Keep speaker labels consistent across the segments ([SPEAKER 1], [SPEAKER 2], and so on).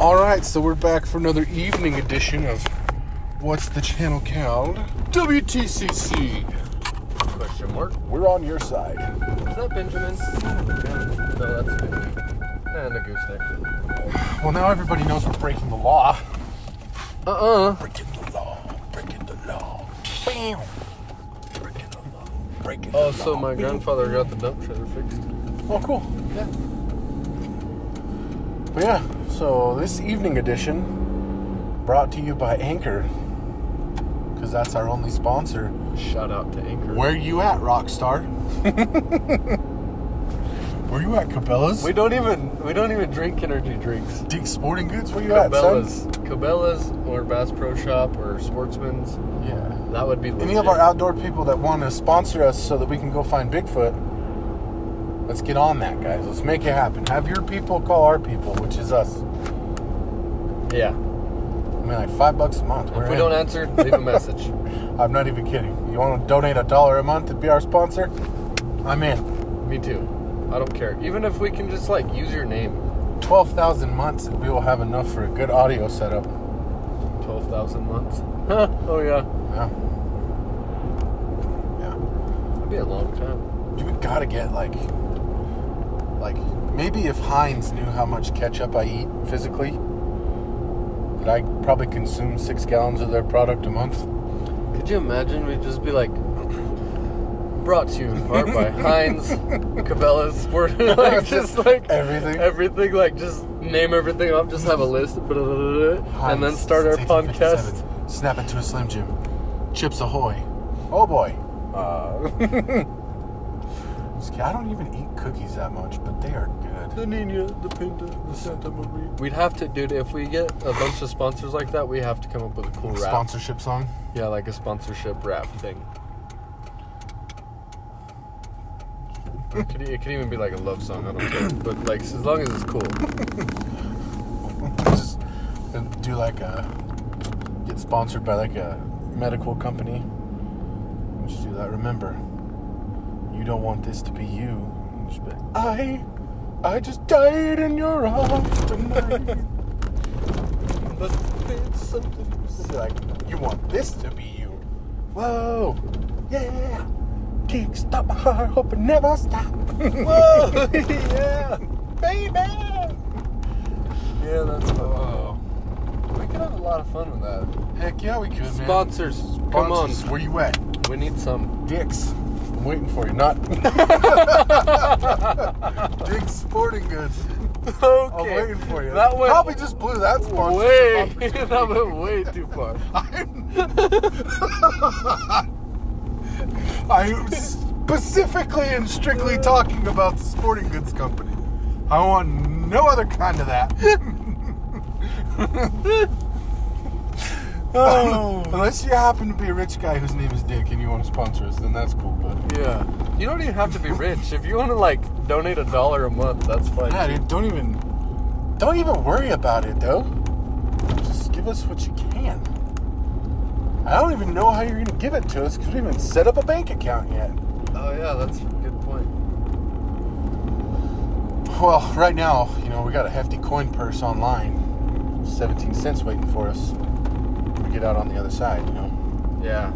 [SPEAKER 1] All right, so we're back for another evening edition of What's the Channel Called? WTCC.
[SPEAKER 2] Question mark?
[SPEAKER 1] We're on your side.
[SPEAKER 2] Is that Benjamin? No, that's Benjamin. And a gooseneck.
[SPEAKER 1] Well, now everybody knows we're breaking the law.
[SPEAKER 2] Uh uh
[SPEAKER 1] Breaking the law. Breaking the law. Bam. Breaking the law. Breaking
[SPEAKER 2] Oh, so my grandfather got the dump trailer fixed.
[SPEAKER 1] Oh, cool. Yeah. But yeah, so this evening edition brought to you by Anchor because that's our only sponsor.
[SPEAKER 2] Shout out to Anchor.
[SPEAKER 1] Where you at, Rockstar? where you at, Cabela's?
[SPEAKER 2] We don't even we don't even drink energy drinks.
[SPEAKER 1] Dick's Sporting Goods, where you
[SPEAKER 2] Cabela's, Cabela's, or Bass Pro Shop, or Sportsman's.
[SPEAKER 1] at, son? Yeah.
[SPEAKER 2] That would be legit.
[SPEAKER 1] Any of our outdoor people that want to sponsor us so that we can go find Bigfoot, let's get on that, guys. Let's make it happen. Have your people call our people, which is us.
[SPEAKER 2] Yeah.
[SPEAKER 1] I mean, like five bucks a month.
[SPEAKER 2] If we don't answer, leave a message.
[SPEAKER 1] I'm not even kidding. You want to donate a dollar a month to be our sponsor? I'm in.
[SPEAKER 2] Me too. I don't care. Even if we can just like use your name.
[SPEAKER 1] Twelve thousand months, and we will have enough for a good audio setup.
[SPEAKER 2] Twelve thousand months. Huh. Oh yeah.
[SPEAKER 1] Yeah. Yeah.
[SPEAKER 2] That'd be a long time.
[SPEAKER 1] You would gotta get like, like maybe if Heinz knew how much ketchup I eat physically, that I probably consume six gallons of their product a month.
[SPEAKER 2] Could you imagine? We'd just be like. Brought to you in part by Heinz, Cabela's, Sport, like just like
[SPEAKER 1] Everything.
[SPEAKER 2] everything, like just name everything up, just have a list, blah, blah, blah, blah, and then
[SPEAKER 1] Heinz,
[SPEAKER 2] start our
[SPEAKER 1] 1657.
[SPEAKER 2] podcast.
[SPEAKER 1] Snap into a Slim Jim. Chips Ahoy. Oh boy. Uh, just kidding. I don't even eat cookies that much, but they are good.
[SPEAKER 2] The Nina, the Pinta, the Santa Maria. We'd have to, dude. If we get a bunch of sponsors like that, we have to come up with a cool rap.
[SPEAKER 1] Sponsorship song.
[SPEAKER 2] Yeah, like a sponsorship rap thing. It could, it could even be like a love song. I don't care, but like as long as it's cool.
[SPEAKER 1] Just uh, do like a get sponsored by like a medical company. Just do that. Remember, you don't want this to be you. Just be like, I, I just died in your arms tonight.
[SPEAKER 2] Must be something.
[SPEAKER 1] It's like you want this to be you. Whoa, yeah. Kick stop my heart, hope it never stop.
[SPEAKER 2] Whoa, yeah,
[SPEAKER 1] baby.
[SPEAKER 2] yeah, that's. Fun.
[SPEAKER 1] Oh,
[SPEAKER 2] We could have a lot of fun with that.
[SPEAKER 1] heck yeah, we could, man.
[SPEAKER 2] Sponsors, come on.
[SPEAKER 1] Sponsors, Where you at?
[SPEAKER 2] We need some.
[SPEAKER 1] Dicks. I'm waiting for you. Not Dick's Sporting Goods. I'm waiting for you.
[SPEAKER 2] That went
[SPEAKER 1] Probably just blew that
[SPEAKER 2] way.
[SPEAKER 1] sponsorship.
[SPEAKER 2] that went way too far.
[SPEAKER 1] I am specifically and strictly talking about the sporting goods company. I want no other kind of that. Unless you happen to be a rich guy whose name is Dick and you want to sponsor us, then that's cool, but
[SPEAKER 2] Yeah. You don't even have to be rich. If you want to like donate a dollar a month, that's fine.
[SPEAKER 1] yeah, dude, don't even don't even worry about it though. Just give us what you can. I don't even know how you're gonna give it to us because we haven't set up a bank account yet.
[SPEAKER 2] Oh yeah, that's a good point.
[SPEAKER 1] Well, right now, you know, we got a hefty coin purse online. 17 cents waiting for us when we get out on the other side, you know.
[SPEAKER 2] Yeah.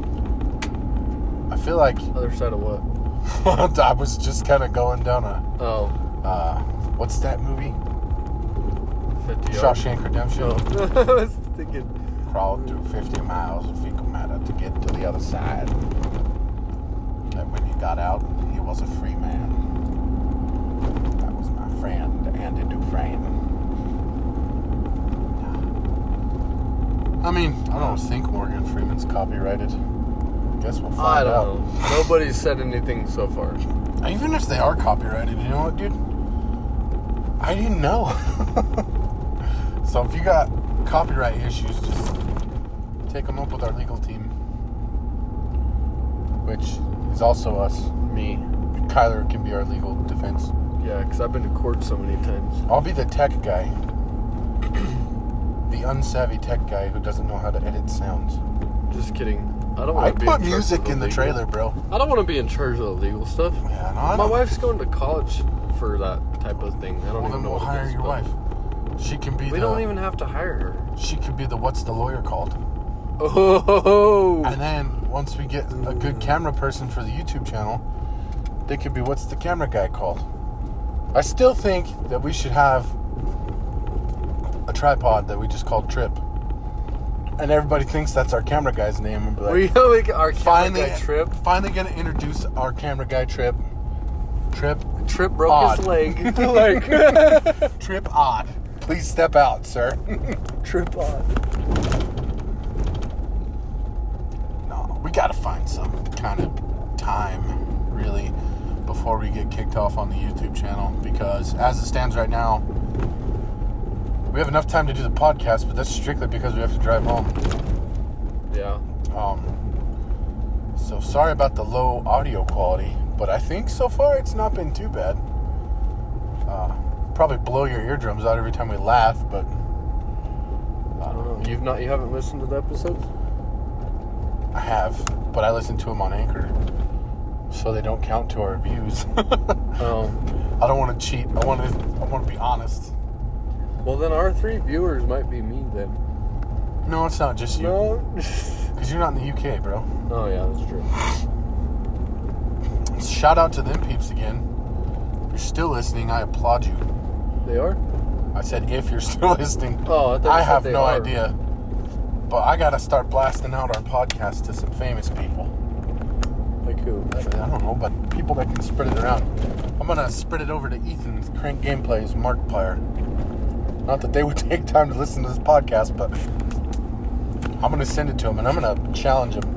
[SPEAKER 1] I feel like
[SPEAKER 2] Other side of what?
[SPEAKER 1] I was just kind of going down a,
[SPEAKER 2] Oh,
[SPEAKER 1] uh, what's that movie?
[SPEAKER 2] 50
[SPEAKER 1] Shawshank Redemption.
[SPEAKER 2] Oh. I was thinking.
[SPEAKER 1] Crawled through 50 miles of fecal matter to get to the other side. And when he got out, he was a free man. That was my friend, Andy Dufresne. I mean, I don't think Morgan Freeman's copyrighted. Guess we'll find
[SPEAKER 2] I
[SPEAKER 1] out.
[SPEAKER 2] don't know. Nobody said anything so far.
[SPEAKER 1] Even if they are copyrighted, you know what, dude? I didn't know. so if you got copyright issues, just take them up with our legal team, which is also us.
[SPEAKER 2] Me.
[SPEAKER 1] Kyler can be our legal defense.
[SPEAKER 2] Yeah, because I've been to court so many times.
[SPEAKER 1] I'll be the tech guy, the unsavvy tech guy who doesn't know how to edit sounds.
[SPEAKER 2] Just kidding. I don't
[SPEAKER 1] I
[SPEAKER 2] want to
[SPEAKER 1] put
[SPEAKER 2] be. in charge of
[SPEAKER 1] music in the
[SPEAKER 2] legal-
[SPEAKER 1] trailer, bro.
[SPEAKER 2] I don't want to be in charge of the legal stuff.
[SPEAKER 1] Yeah, no, I
[SPEAKER 2] My
[SPEAKER 1] don't-
[SPEAKER 2] wife's going to college for that type of thing. I don't
[SPEAKER 1] Well,
[SPEAKER 2] even
[SPEAKER 1] then
[SPEAKER 2] know
[SPEAKER 1] we'll
[SPEAKER 2] what it
[SPEAKER 1] hire
[SPEAKER 2] is,
[SPEAKER 1] your
[SPEAKER 2] but-
[SPEAKER 1] wife. Uh, She can be
[SPEAKER 2] We
[SPEAKER 1] the.
[SPEAKER 2] don't even have to hire her.
[SPEAKER 1] She could be the what's the lawyer called.
[SPEAKER 2] Oh,
[SPEAKER 1] And then once we get a good camera person for the YouTube channel, they could be what's the camera guy called. I still think that we should have a tripod that we just call Trip. And everybody thinks that's our camera guy's name. And be like,
[SPEAKER 2] we like our
[SPEAKER 1] finally,
[SPEAKER 2] finally trip.
[SPEAKER 1] finally gonna introduce our camera guy Trip. Trip,
[SPEAKER 2] Trip broke
[SPEAKER 1] Odd.
[SPEAKER 2] his leg. like
[SPEAKER 1] Trip Odd. Please step out, sir.
[SPEAKER 2] trip on.
[SPEAKER 1] No, we gotta find some kind of time, really, before we get kicked off on the YouTube channel. Because as it stands right now, we have enough time to do the podcast, but that's strictly because we have to drive home.
[SPEAKER 2] Yeah.
[SPEAKER 1] Um, so sorry about the low audio quality, but I think so far it's not been too bad. Uh, probably blow your eardrums out every time we laugh, but
[SPEAKER 2] I don't know. You've not. You haven't listened to the episodes.
[SPEAKER 1] I have. But I listen to them on Anchor, so they don't count to our views.
[SPEAKER 2] Oh.
[SPEAKER 1] I don't want to cheat. I want to. I want to be honest.
[SPEAKER 2] Well, then our three viewers might be me then.
[SPEAKER 1] No, it's not just you.
[SPEAKER 2] No.
[SPEAKER 1] Because you're not in the UK, bro.
[SPEAKER 2] oh yeah, that's true.
[SPEAKER 1] Shout out to them peeps again. If you're still listening, I applaud you.
[SPEAKER 2] They are.
[SPEAKER 1] I said if you're still listening.
[SPEAKER 2] Oh, I, thought you
[SPEAKER 1] I
[SPEAKER 2] said
[SPEAKER 1] have
[SPEAKER 2] they
[SPEAKER 1] no
[SPEAKER 2] are.
[SPEAKER 1] idea. But I gotta start blasting out our podcast to some famous people.
[SPEAKER 2] Like who?
[SPEAKER 1] I don't know, but people that can spread it around. I'm gonna spread it over to Ethan Crank Gameplays Markiplier. Not that they would take time to listen to this podcast, but I'm gonna send it to him and I'm gonna challenge him.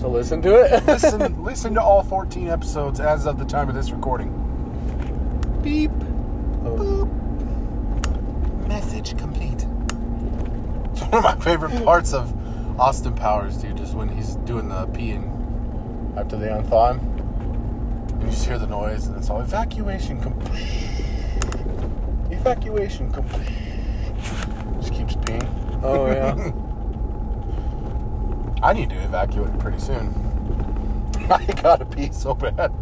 [SPEAKER 2] To listen to it.
[SPEAKER 1] listen listen to all 14 episodes as of the time of this recording. Beep.
[SPEAKER 2] Oh,
[SPEAKER 1] Boop. Message complete. It's one of my favorite parts of Austin Powers, dude, is when he's doing the peeing after they unthaw him. And you just hear the noise, and it's all evacuation. Com- evacuation. Com- just keeps peeing.
[SPEAKER 2] oh yeah.
[SPEAKER 1] I need to evacuate pretty soon. I gotta pee so bad.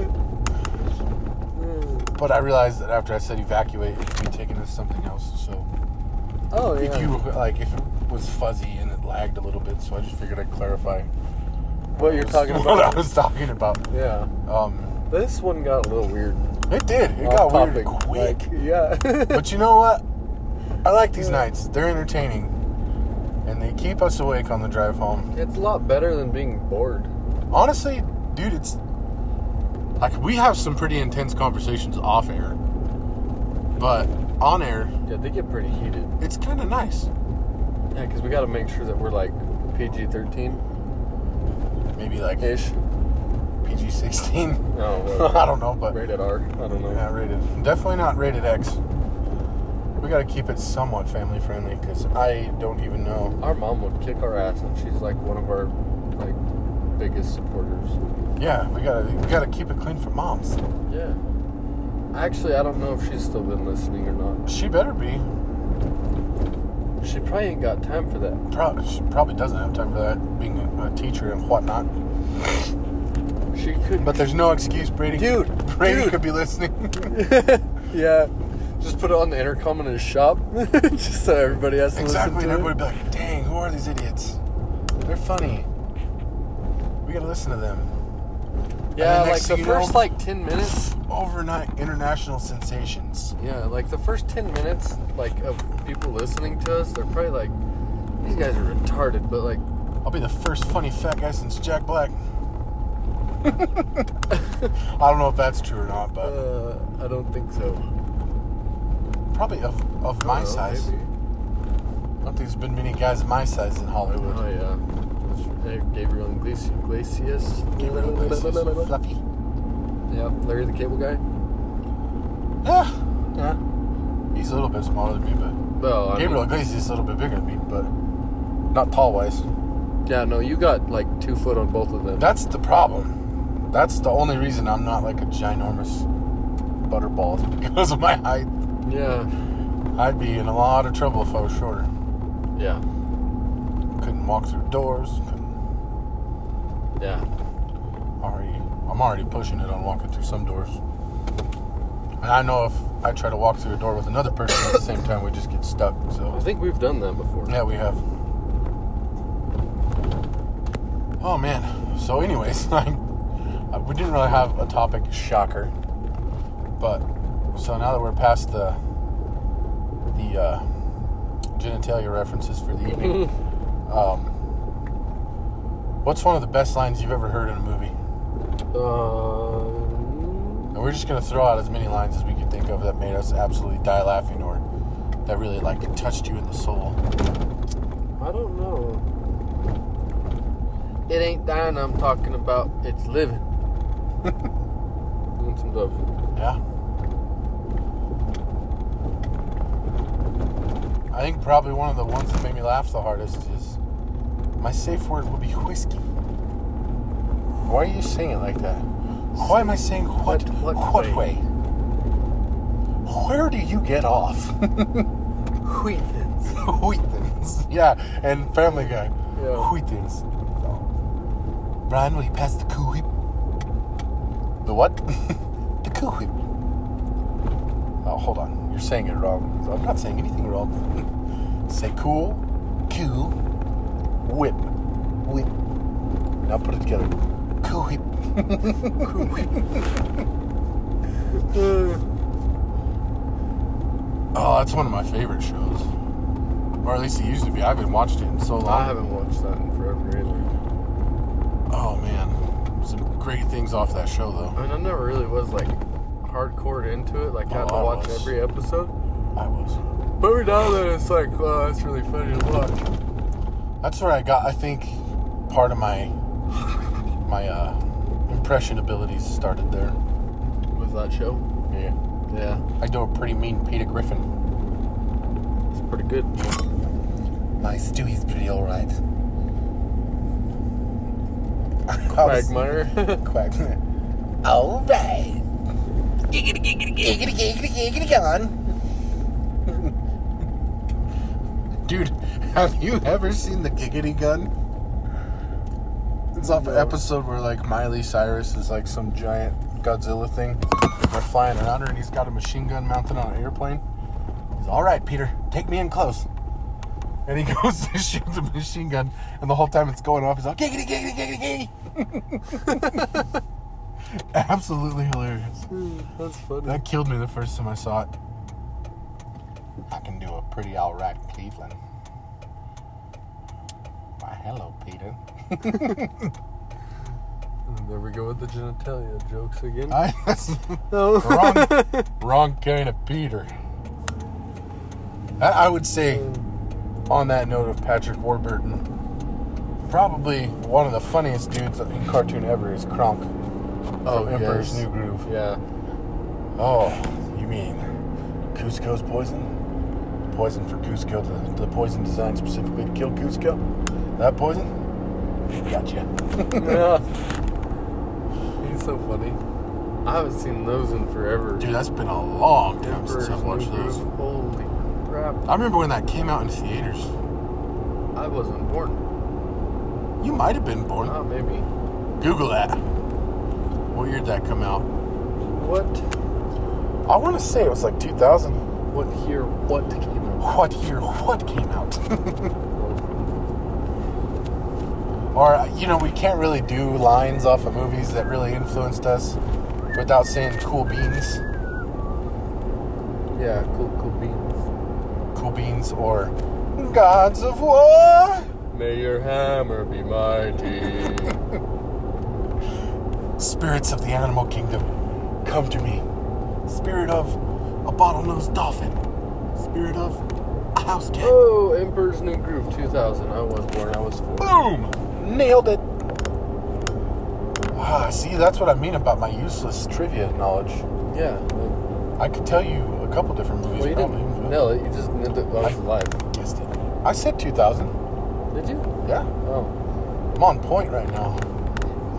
[SPEAKER 2] Hmm.
[SPEAKER 1] But I realized that after I said evacuate, it could be taken as something else. So
[SPEAKER 2] oh
[SPEAKER 1] if
[SPEAKER 2] yeah.
[SPEAKER 1] you like, if it was fuzzy and it lagged a little bit, so I just figured I'd clarify
[SPEAKER 2] what you're talking
[SPEAKER 1] What I
[SPEAKER 2] about?
[SPEAKER 1] was talking about.
[SPEAKER 2] yeah.
[SPEAKER 1] Um,
[SPEAKER 2] This one got a little weird.
[SPEAKER 1] it did. It
[SPEAKER 2] Off
[SPEAKER 1] got weird
[SPEAKER 2] topic.
[SPEAKER 1] quick.
[SPEAKER 2] Like, yeah.
[SPEAKER 1] but you know what? I like these nights. They're entertaining, and they keep us awake on the drive home.
[SPEAKER 2] it's a lot better than being bored.
[SPEAKER 1] Honestly, dude, it's like we have some pretty intense conversations off air, but on air,
[SPEAKER 2] Yeah, they get pretty heated.
[SPEAKER 1] it's kind of nice.
[SPEAKER 2] Yeah, because we got to make sure that we're like PG 13
[SPEAKER 1] Maybe like
[SPEAKER 2] ish.
[SPEAKER 1] PG sixteen.
[SPEAKER 2] No, whatever.
[SPEAKER 1] I don't know, but
[SPEAKER 2] Oh, rated R. I don't know.
[SPEAKER 1] yeah, rated. Definitely not rated X. We gotta keep it somewhat family friendly because I don't even know.
[SPEAKER 2] Our mom would kick our ass, and she's like one of our like biggest supporters.
[SPEAKER 1] Yeah, we gotta we gotta keep it clean for moms.
[SPEAKER 2] Yeah. Actually, I don't know if she's still been listening or not.
[SPEAKER 1] She better be.
[SPEAKER 2] She probably ain't got time for that.
[SPEAKER 1] Probably she probably doesn't have time for that, being a, a teacher and whatnot.
[SPEAKER 2] She could.
[SPEAKER 1] But there's no excuse, Brady.
[SPEAKER 2] Dude,
[SPEAKER 1] Brady
[SPEAKER 2] dude.
[SPEAKER 1] could be listening.
[SPEAKER 2] yeah. Just put it on the intercom in his shop, just so everybody has to
[SPEAKER 1] exactly,
[SPEAKER 2] listen
[SPEAKER 1] and
[SPEAKER 2] to
[SPEAKER 1] everybody would be like, "Dang, who are these idiots? They're funny. We gotta listen to them."
[SPEAKER 2] it.
[SPEAKER 1] and
[SPEAKER 2] Yeah,
[SPEAKER 1] then next
[SPEAKER 2] like the
[SPEAKER 1] thing you
[SPEAKER 2] first
[SPEAKER 1] know-
[SPEAKER 2] like ten minutes.
[SPEAKER 1] Overnight international sensations.
[SPEAKER 2] Yeah, like the first ten minutes, like of people listening to us, they're probably like, these guys are retarded. But like,
[SPEAKER 1] I'll be the first funny fat guy since Jack Black. I don't know if that's true or not, but
[SPEAKER 2] uh, I don't think so.
[SPEAKER 1] probably of, of my
[SPEAKER 2] I don't know,
[SPEAKER 1] size.
[SPEAKER 2] maybe.
[SPEAKER 1] I don't think there's been many guys my size in Hollywood.
[SPEAKER 2] Oh yeah, That's- uh, Gabriel Iglesias. Iglesias.
[SPEAKER 1] Gabriel Iglesias, Fluffy.
[SPEAKER 2] Yeah, Larry the Cable Guy.
[SPEAKER 1] Yeah, yeah. He's a little bit smaller than me, but
[SPEAKER 2] Well, I
[SPEAKER 1] Gabriel
[SPEAKER 2] mean-
[SPEAKER 1] Iglesias is a little bit bigger than me, but not tall wise.
[SPEAKER 2] yeah, no, you got like two foot on both of them.
[SPEAKER 1] That's the problem. That's the only reason I'm not like a ginormous butterball is because of my height.
[SPEAKER 2] yeah,
[SPEAKER 1] I'd be in a lot of trouble if I was shorter.
[SPEAKER 2] yeah,
[SPEAKER 1] Couldn't walk through doors. Couldn't
[SPEAKER 2] yeah.
[SPEAKER 1] already. I'm already pushing it on walking through some doors. And I know if I try to walk through a door with another person at the same time, we just get stuck.
[SPEAKER 2] I
[SPEAKER 1] So
[SPEAKER 2] think we've done that before.
[SPEAKER 1] yeah, we have. Oh man. So, anyways, I, I- we didn't really have a topic. Shocker. But so now that we're past the the uh, genitalia references for the evening, um, what's one of the best lines you've ever heard in a movie?
[SPEAKER 2] Um,
[SPEAKER 1] And we're just gonna throw out as many lines as we could think of that made us absolutely die laughing or that really like touched you in the soul.
[SPEAKER 2] I don't know. It ain't dying I'm talking about. It's living. Want some dove?
[SPEAKER 1] Yeah. I think probably one of the ones that made me laugh the hardest is my safe word would be whiskey. Why are you saying it like that? Why am I saying what
[SPEAKER 2] What-
[SPEAKER 1] what,
[SPEAKER 2] what way?
[SPEAKER 1] way? Where do you get off?
[SPEAKER 2] Wheatens.
[SPEAKER 1] Wheatons. Yeah, and Family Guy.
[SPEAKER 2] Yeah.
[SPEAKER 1] Wheatons. Brian, will you pass the cool whip? The what? the cool whip. Oh, hold on. You're saying it wrong. I'm not saying anything wrong. Say cool, cool, whip, whip. Now put it together. Cool whip. Oh, that's one of my favorite shows. Or at least it used to be. I haven't watched it in so long.
[SPEAKER 2] I haven't watched that in forever either.
[SPEAKER 1] Oh man, some great things off that show
[SPEAKER 2] I
[SPEAKER 1] though.
[SPEAKER 2] mean, I never really was like hardcore into it. Like, I had to
[SPEAKER 1] Oh, I
[SPEAKER 2] watch
[SPEAKER 1] was.
[SPEAKER 2] every episode.
[SPEAKER 1] I was.
[SPEAKER 2] But we now that it's like, oh, that's really funny to watch.
[SPEAKER 1] That's where I got. I think part of my my uh, impression abilities started there.
[SPEAKER 2] Was that show?
[SPEAKER 1] Yeah,
[SPEAKER 2] Yeah,
[SPEAKER 1] I do a pretty mean Peter Griffin.
[SPEAKER 2] it's pretty good.
[SPEAKER 1] My Stewie's pretty all right.
[SPEAKER 2] Quagmire.
[SPEAKER 1] Quagmire. All right. Giggity, giggity, giggity, giggity, giggity, on. Dude, have you ever seen the giggity gun? It's off an
[SPEAKER 2] No.
[SPEAKER 1] episode where like Miley Cyrus is like some giant Godzilla thing. They're flying around her and he's got a machine gun mounted on an airplane. He's all right, Peter, take me in close. And he goes to shoot the machine gun, and the whole time it's going off, he's like giggity giggity giggity giggity. Absolutely hilarious.
[SPEAKER 2] that's funny.
[SPEAKER 1] That killed me the first time I saw it. I can do a pretty alright Cleveland. Why, hello, Peter.
[SPEAKER 2] And there we go with the genitalia jokes again.
[SPEAKER 1] I, that's
[SPEAKER 2] no.
[SPEAKER 1] wrong, wrong kind of Peter. I, I would say, on that note of Patrick Warburton, probably one of the funniest dudes in cartoon ever is Kronk.
[SPEAKER 2] Oh,
[SPEAKER 1] from Emperor's
[SPEAKER 2] yes.
[SPEAKER 1] New Groove.
[SPEAKER 2] yeah.
[SPEAKER 1] Oh, you mean Cusco's poison? Poison for Cusco, the, the poison designed specifically to kill Cusco? That poison? Gotcha.
[SPEAKER 2] yeah. He's so funny. I haven't seen those in forever.
[SPEAKER 1] Dude, that's been a long time
[SPEAKER 2] Emperor's
[SPEAKER 1] since I've watched
[SPEAKER 2] New
[SPEAKER 1] those.
[SPEAKER 2] Groove, Holy crap.
[SPEAKER 1] I remember when that came out in theaters.
[SPEAKER 2] I wasn't born.
[SPEAKER 1] You might have been born.
[SPEAKER 2] Ah, maybe.
[SPEAKER 1] Google that. What year did that come out?
[SPEAKER 2] What?
[SPEAKER 1] I want to say it was like 2000.
[SPEAKER 2] What here? What came out?
[SPEAKER 1] What year? What came out? or uh, you know we can't really do lines off of movies that really influenced us without saying cool beans
[SPEAKER 2] Yeah, cool, cool beans.
[SPEAKER 1] cool beans or gods of war
[SPEAKER 2] May your hammer be mighty.
[SPEAKER 1] spirits of the animal kingdom come to me spirit of a bottlenose dolphin spirit of a house cat
[SPEAKER 2] oh, Emperor's New Groove 2000. I was born. I was four.
[SPEAKER 1] boom nailed it ah see that's what i mean about my useless trivia knowledge
[SPEAKER 2] Yeah. Like,
[SPEAKER 1] i could tell you a couple different movies
[SPEAKER 2] well, you
[SPEAKER 1] probably
[SPEAKER 2] didn't
[SPEAKER 1] but-
[SPEAKER 2] nail it. You just nailed it while I was alive.
[SPEAKER 1] Guessed it. I said 2000.
[SPEAKER 2] Did you?
[SPEAKER 1] Yeah.
[SPEAKER 2] Oh.
[SPEAKER 1] I'm on point right now.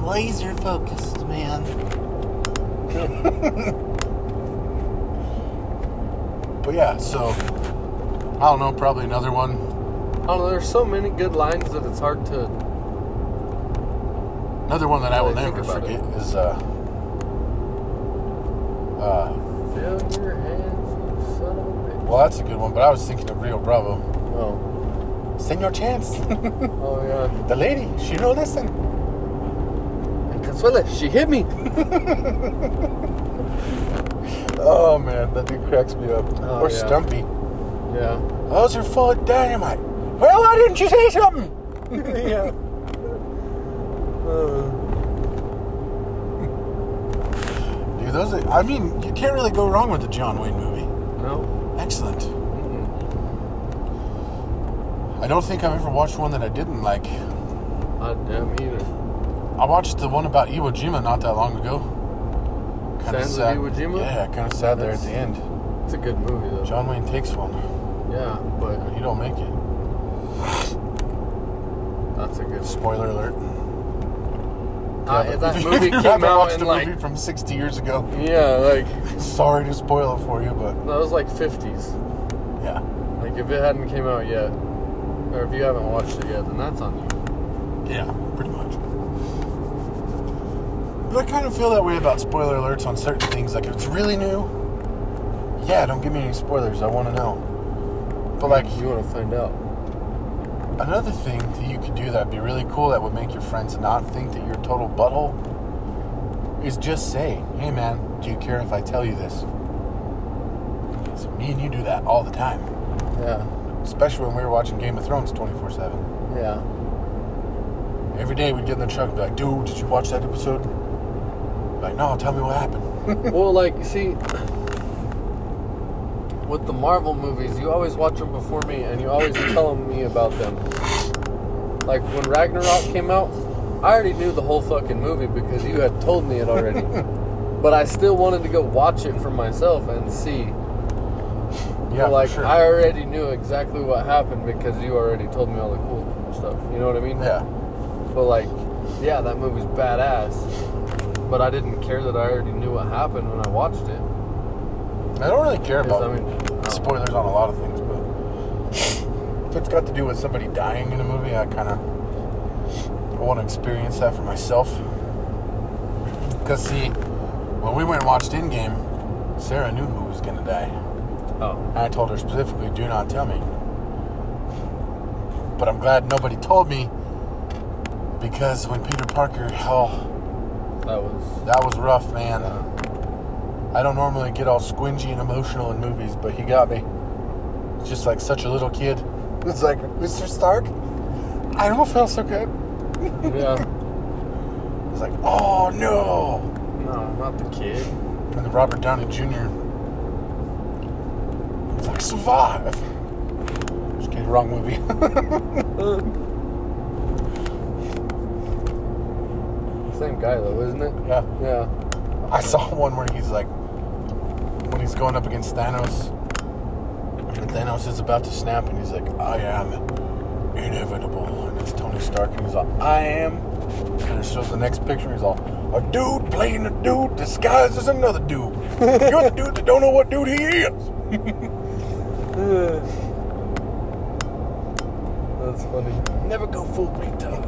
[SPEAKER 1] Laser focused, man. but yeah, so I don't know, probably another one.
[SPEAKER 2] I don't know. There's so many good lines that it's hard to.
[SPEAKER 1] Another one that I will
[SPEAKER 2] Really think
[SPEAKER 1] uh, never
[SPEAKER 2] about it.
[SPEAKER 1] forget is uh uh
[SPEAKER 2] down your hands, you son of a bitch.
[SPEAKER 1] Well, that's a good one, but I was thinking of Rio Bravo.
[SPEAKER 2] Oh.
[SPEAKER 1] Senor Chance.
[SPEAKER 2] Oh, yeah.
[SPEAKER 1] the lady, she don't listen.
[SPEAKER 2] And Consuela, she hit me.
[SPEAKER 1] Oh, man, that dude cracks me up.
[SPEAKER 2] Oh,
[SPEAKER 1] or
[SPEAKER 2] yeah.
[SPEAKER 1] Stumpy.
[SPEAKER 2] Yeah.
[SPEAKER 1] How's your full of dynamite? Well, why didn't you say something?
[SPEAKER 2] yeah. Uh,
[SPEAKER 1] Dude, those are, I mean, you can't really go wrong with a John Wayne movie.
[SPEAKER 2] no.
[SPEAKER 1] Excellent.
[SPEAKER 2] Mm-mm.
[SPEAKER 1] I don't think I've ever watched one that I didn't like.
[SPEAKER 2] Not damn either.
[SPEAKER 1] I watched the one about Iwo Jima not that long ago. Kinda
[SPEAKER 2] Sands of
[SPEAKER 1] sad.
[SPEAKER 2] Iwo Jima?
[SPEAKER 1] Yeah, kind of sad
[SPEAKER 2] That's-
[SPEAKER 1] there at the end.
[SPEAKER 2] It's a good movie, though.
[SPEAKER 1] John Wayne takes one,
[SPEAKER 2] Yeah,
[SPEAKER 1] but
[SPEAKER 2] but
[SPEAKER 1] he don't make it.
[SPEAKER 2] that's a good
[SPEAKER 1] Spoiler alert.
[SPEAKER 2] Uh,
[SPEAKER 1] Yeah, but
[SPEAKER 2] that
[SPEAKER 1] if
[SPEAKER 2] movie
[SPEAKER 1] you
[SPEAKER 2] came
[SPEAKER 1] haven't
[SPEAKER 2] out
[SPEAKER 1] watched
[SPEAKER 2] in
[SPEAKER 1] a
[SPEAKER 2] like
[SPEAKER 1] movie from 60 years ago.
[SPEAKER 2] yeah, like
[SPEAKER 1] Sorry to spoil it for you, but
[SPEAKER 2] that was like 50s.
[SPEAKER 1] yeah.
[SPEAKER 2] Like if it hadn't came out yet, or if you haven't watched it yet, then that's on you.
[SPEAKER 1] Yeah, pretty much. But I kind of feel that way about spoiler alerts on certain things. Like if it's really new, yeah, don't give me any spoilers. I want to know. But like
[SPEAKER 2] you want to find out.
[SPEAKER 1] another thing that you could do that'd be really cool that would make your friends not think that you're a total butthole is just say, "Hey, man, do you care if I tell you this?" So me and you do that all the time,
[SPEAKER 2] Yeah,
[SPEAKER 1] especially when we were watching Game of Thrones 24/7.
[SPEAKER 2] yeah.
[SPEAKER 1] Every day we'd get in the truck and be like, dude, did you watch that episode? Like, no, tell me what happened.
[SPEAKER 2] well, like see, with the Marvel movies, you always watch them before me, and you always tell me about them. Like when Ragnarok came out, I already knew the whole fucking movie because you had told me it already. but I still wanted to go watch it for myself and see.
[SPEAKER 1] yeah,
[SPEAKER 2] But, like
[SPEAKER 1] for sure.
[SPEAKER 2] I already knew exactly what happened because you already told me all the cool stuff. You know what I mean?
[SPEAKER 1] yeah,
[SPEAKER 2] But like, yeah, that movie's badass. But I didn't care that I already knew what happened when I watched it.
[SPEAKER 1] I don't really care
[SPEAKER 2] 'Cause,
[SPEAKER 1] about
[SPEAKER 2] I mean, oh.
[SPEAKER 1] spoilers on a lot of things, but if it's got to do with somebody dying in a movie, I kind of I want to experience that for myself. Cause see, when we went and watched Endgame, Sarah knew who was gonna die.
[SPEAKER 2] Oh.
[SPEAKER 1] And I told her specifically, do not tell me. But I'm glad nobody told me because when Peter Parker, oh,
[SPEAKER 2] That was.
[SPEAKER 1] that was rough, man. I don't normally get all squingy and emotional in movies, but he got me. It's just like such a little kid. It's like, Mr. Stark, I don't feel so good.
[SPEAKER 2] Yeah.
[SPEAKER 1] It's like, oh no.
[SPEAKER 2] no, not the kid.
[SPEAKER 1] And then Robert Downey Jr. It's like, survive. Just kidding, wrong movie.
[SPEAKER 2] Same guy though, isn't it?
[SPEAKER 1] yeah.
[SPEAKER 2] Yeah.
[SPEAKER 1] I saw one where he's like, when he's going up against Thanos, and Thanos is about to snap, and he's like, I am inevitable. And it's Tony Stark, and he's like, I am. And it shows the next picture, and he's all, a dude playing a dude disguised as another dude. You're the dude that don't know what dude he is.
[SPEAKER 2] That's funny.
[SPEAKER 1] Never go full breakdown.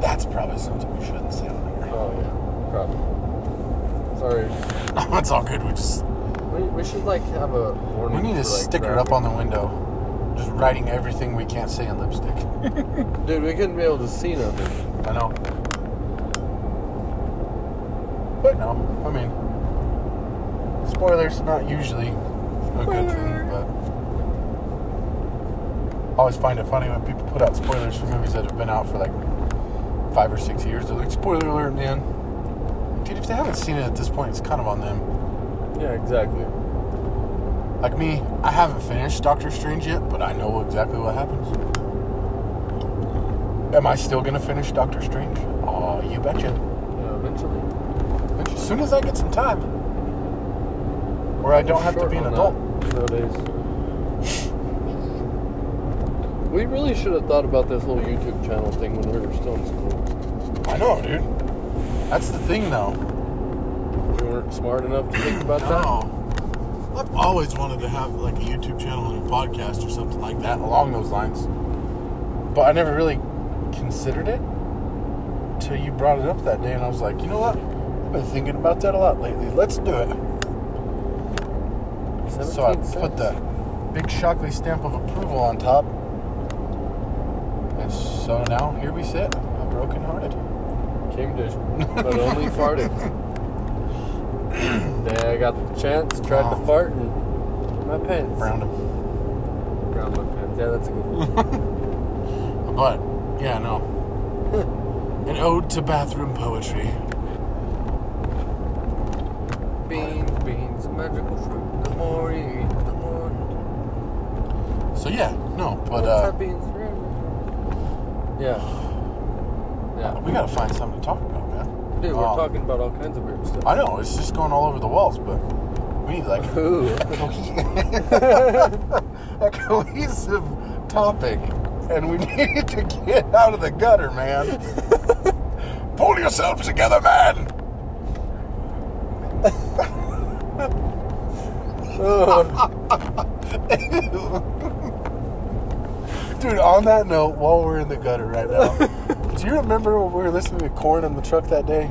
[SPEAKER 1] That's probably something we shouldn't say on here.
[SPEAKER 2] Oh yeah. Probably. Sorry.
[SPEAKER 1] it's all good. We just
[SPEAKER 2] We, we should like have a warning.
[SPEAKER 1] we need a
[SPEAKER 2] for, like,
[SPEAKER 1] sticker up on the window, just writing everything we can't say in lipstick.
[SPEAKER 2] graphic- Dude, we couldn't be able to see nothing.
[SPEAKER 1] I know. But no, I mean, spoilers not usually a good thing, but I always find it funny when people put out spoilers for movies that have been out for like five or six years. They're like, spoiler alert, man. Dude, if they haven't seen it at this point, it's kind of on them.
[SPEAKER 2] Yeah, exactly.
[SPEAKER 1] Like me, I haven't finished Doctor Strange yet, but I know exactly what happens. Am I still gonna finish Doctor Strange? Oh, you betcha.
[SPEAKER 2] Yeah, eventually.
[SPEAKER 1] Which, as soon as I get some time, where I don't have to
[SPEAKER 2] Short
[SPEAKER 1] be an
[SPEAKER 2] on
[SPEAKER 1] adult.
[SPEAKER 2] that nowadays. We really should have thought about this little YouTube channel thing when we were still in school.
[SPEAKER 1] I know, dude. That's the thing, though.
[SPEAKER 2] We weren't smart enough to think about that.
[SPEAKER 1] No. I've always wanted to have like a YouTube channel and a podcast or something like that along those lines. But I never really considered it till you brought it up that day, and I was like, you know what? I've been thinking about that a lot lately. Let's do it. So I
[SPEAKER 2] 17
[SPEAKER 1] put the
[SPEAKER 2] cents.
[SPEAKER 1] big Shockley stamp of approval on top. And so now here we sit, a broken hearted.
[SPEAKER 2] Came to, but only farted. then I got the chance, tried
[SPEAKER 1] Oh.
[SPEAKER 2] to fart, and my pants.
[SPEAKER 1] Round him.
[SPEAKER 2] Brown my pants. Yeah, that's a good one.
[SPEAKER 1] But yeah, no. An ode to bathroom poetry.
[SPEAKER 2] beans, beans, magical fruit. The more you eat, the more.
[SPEAKER 1] So yeah, no, but
[SPEAKER 2] What's
[SPEAKER 1] uh
[SPEAKER 2] that beans forever? Yeah. Yeah.
[SPEAKER 1] we gotta find something to talk about, man.
[SPEAKER 2] Dude, we're
[SPEAKER 1] Um,
[SPEAKER 2] talking about all kinds of weird stuff.
[SPEAKER 1] I know, it's just going all over the walls, but we need like
[SPEAKER 2] Ooh.
[SPEAKER 1] a cohesive topic, and we need to get out of the gutter, man. Pull yourselves together, man.
[SPEAKER 2] Ugh.
[SPEAKER 1] Dude, on that note, while we're in the gutter right now, do you remember when we were listening to Corn in the truck that day?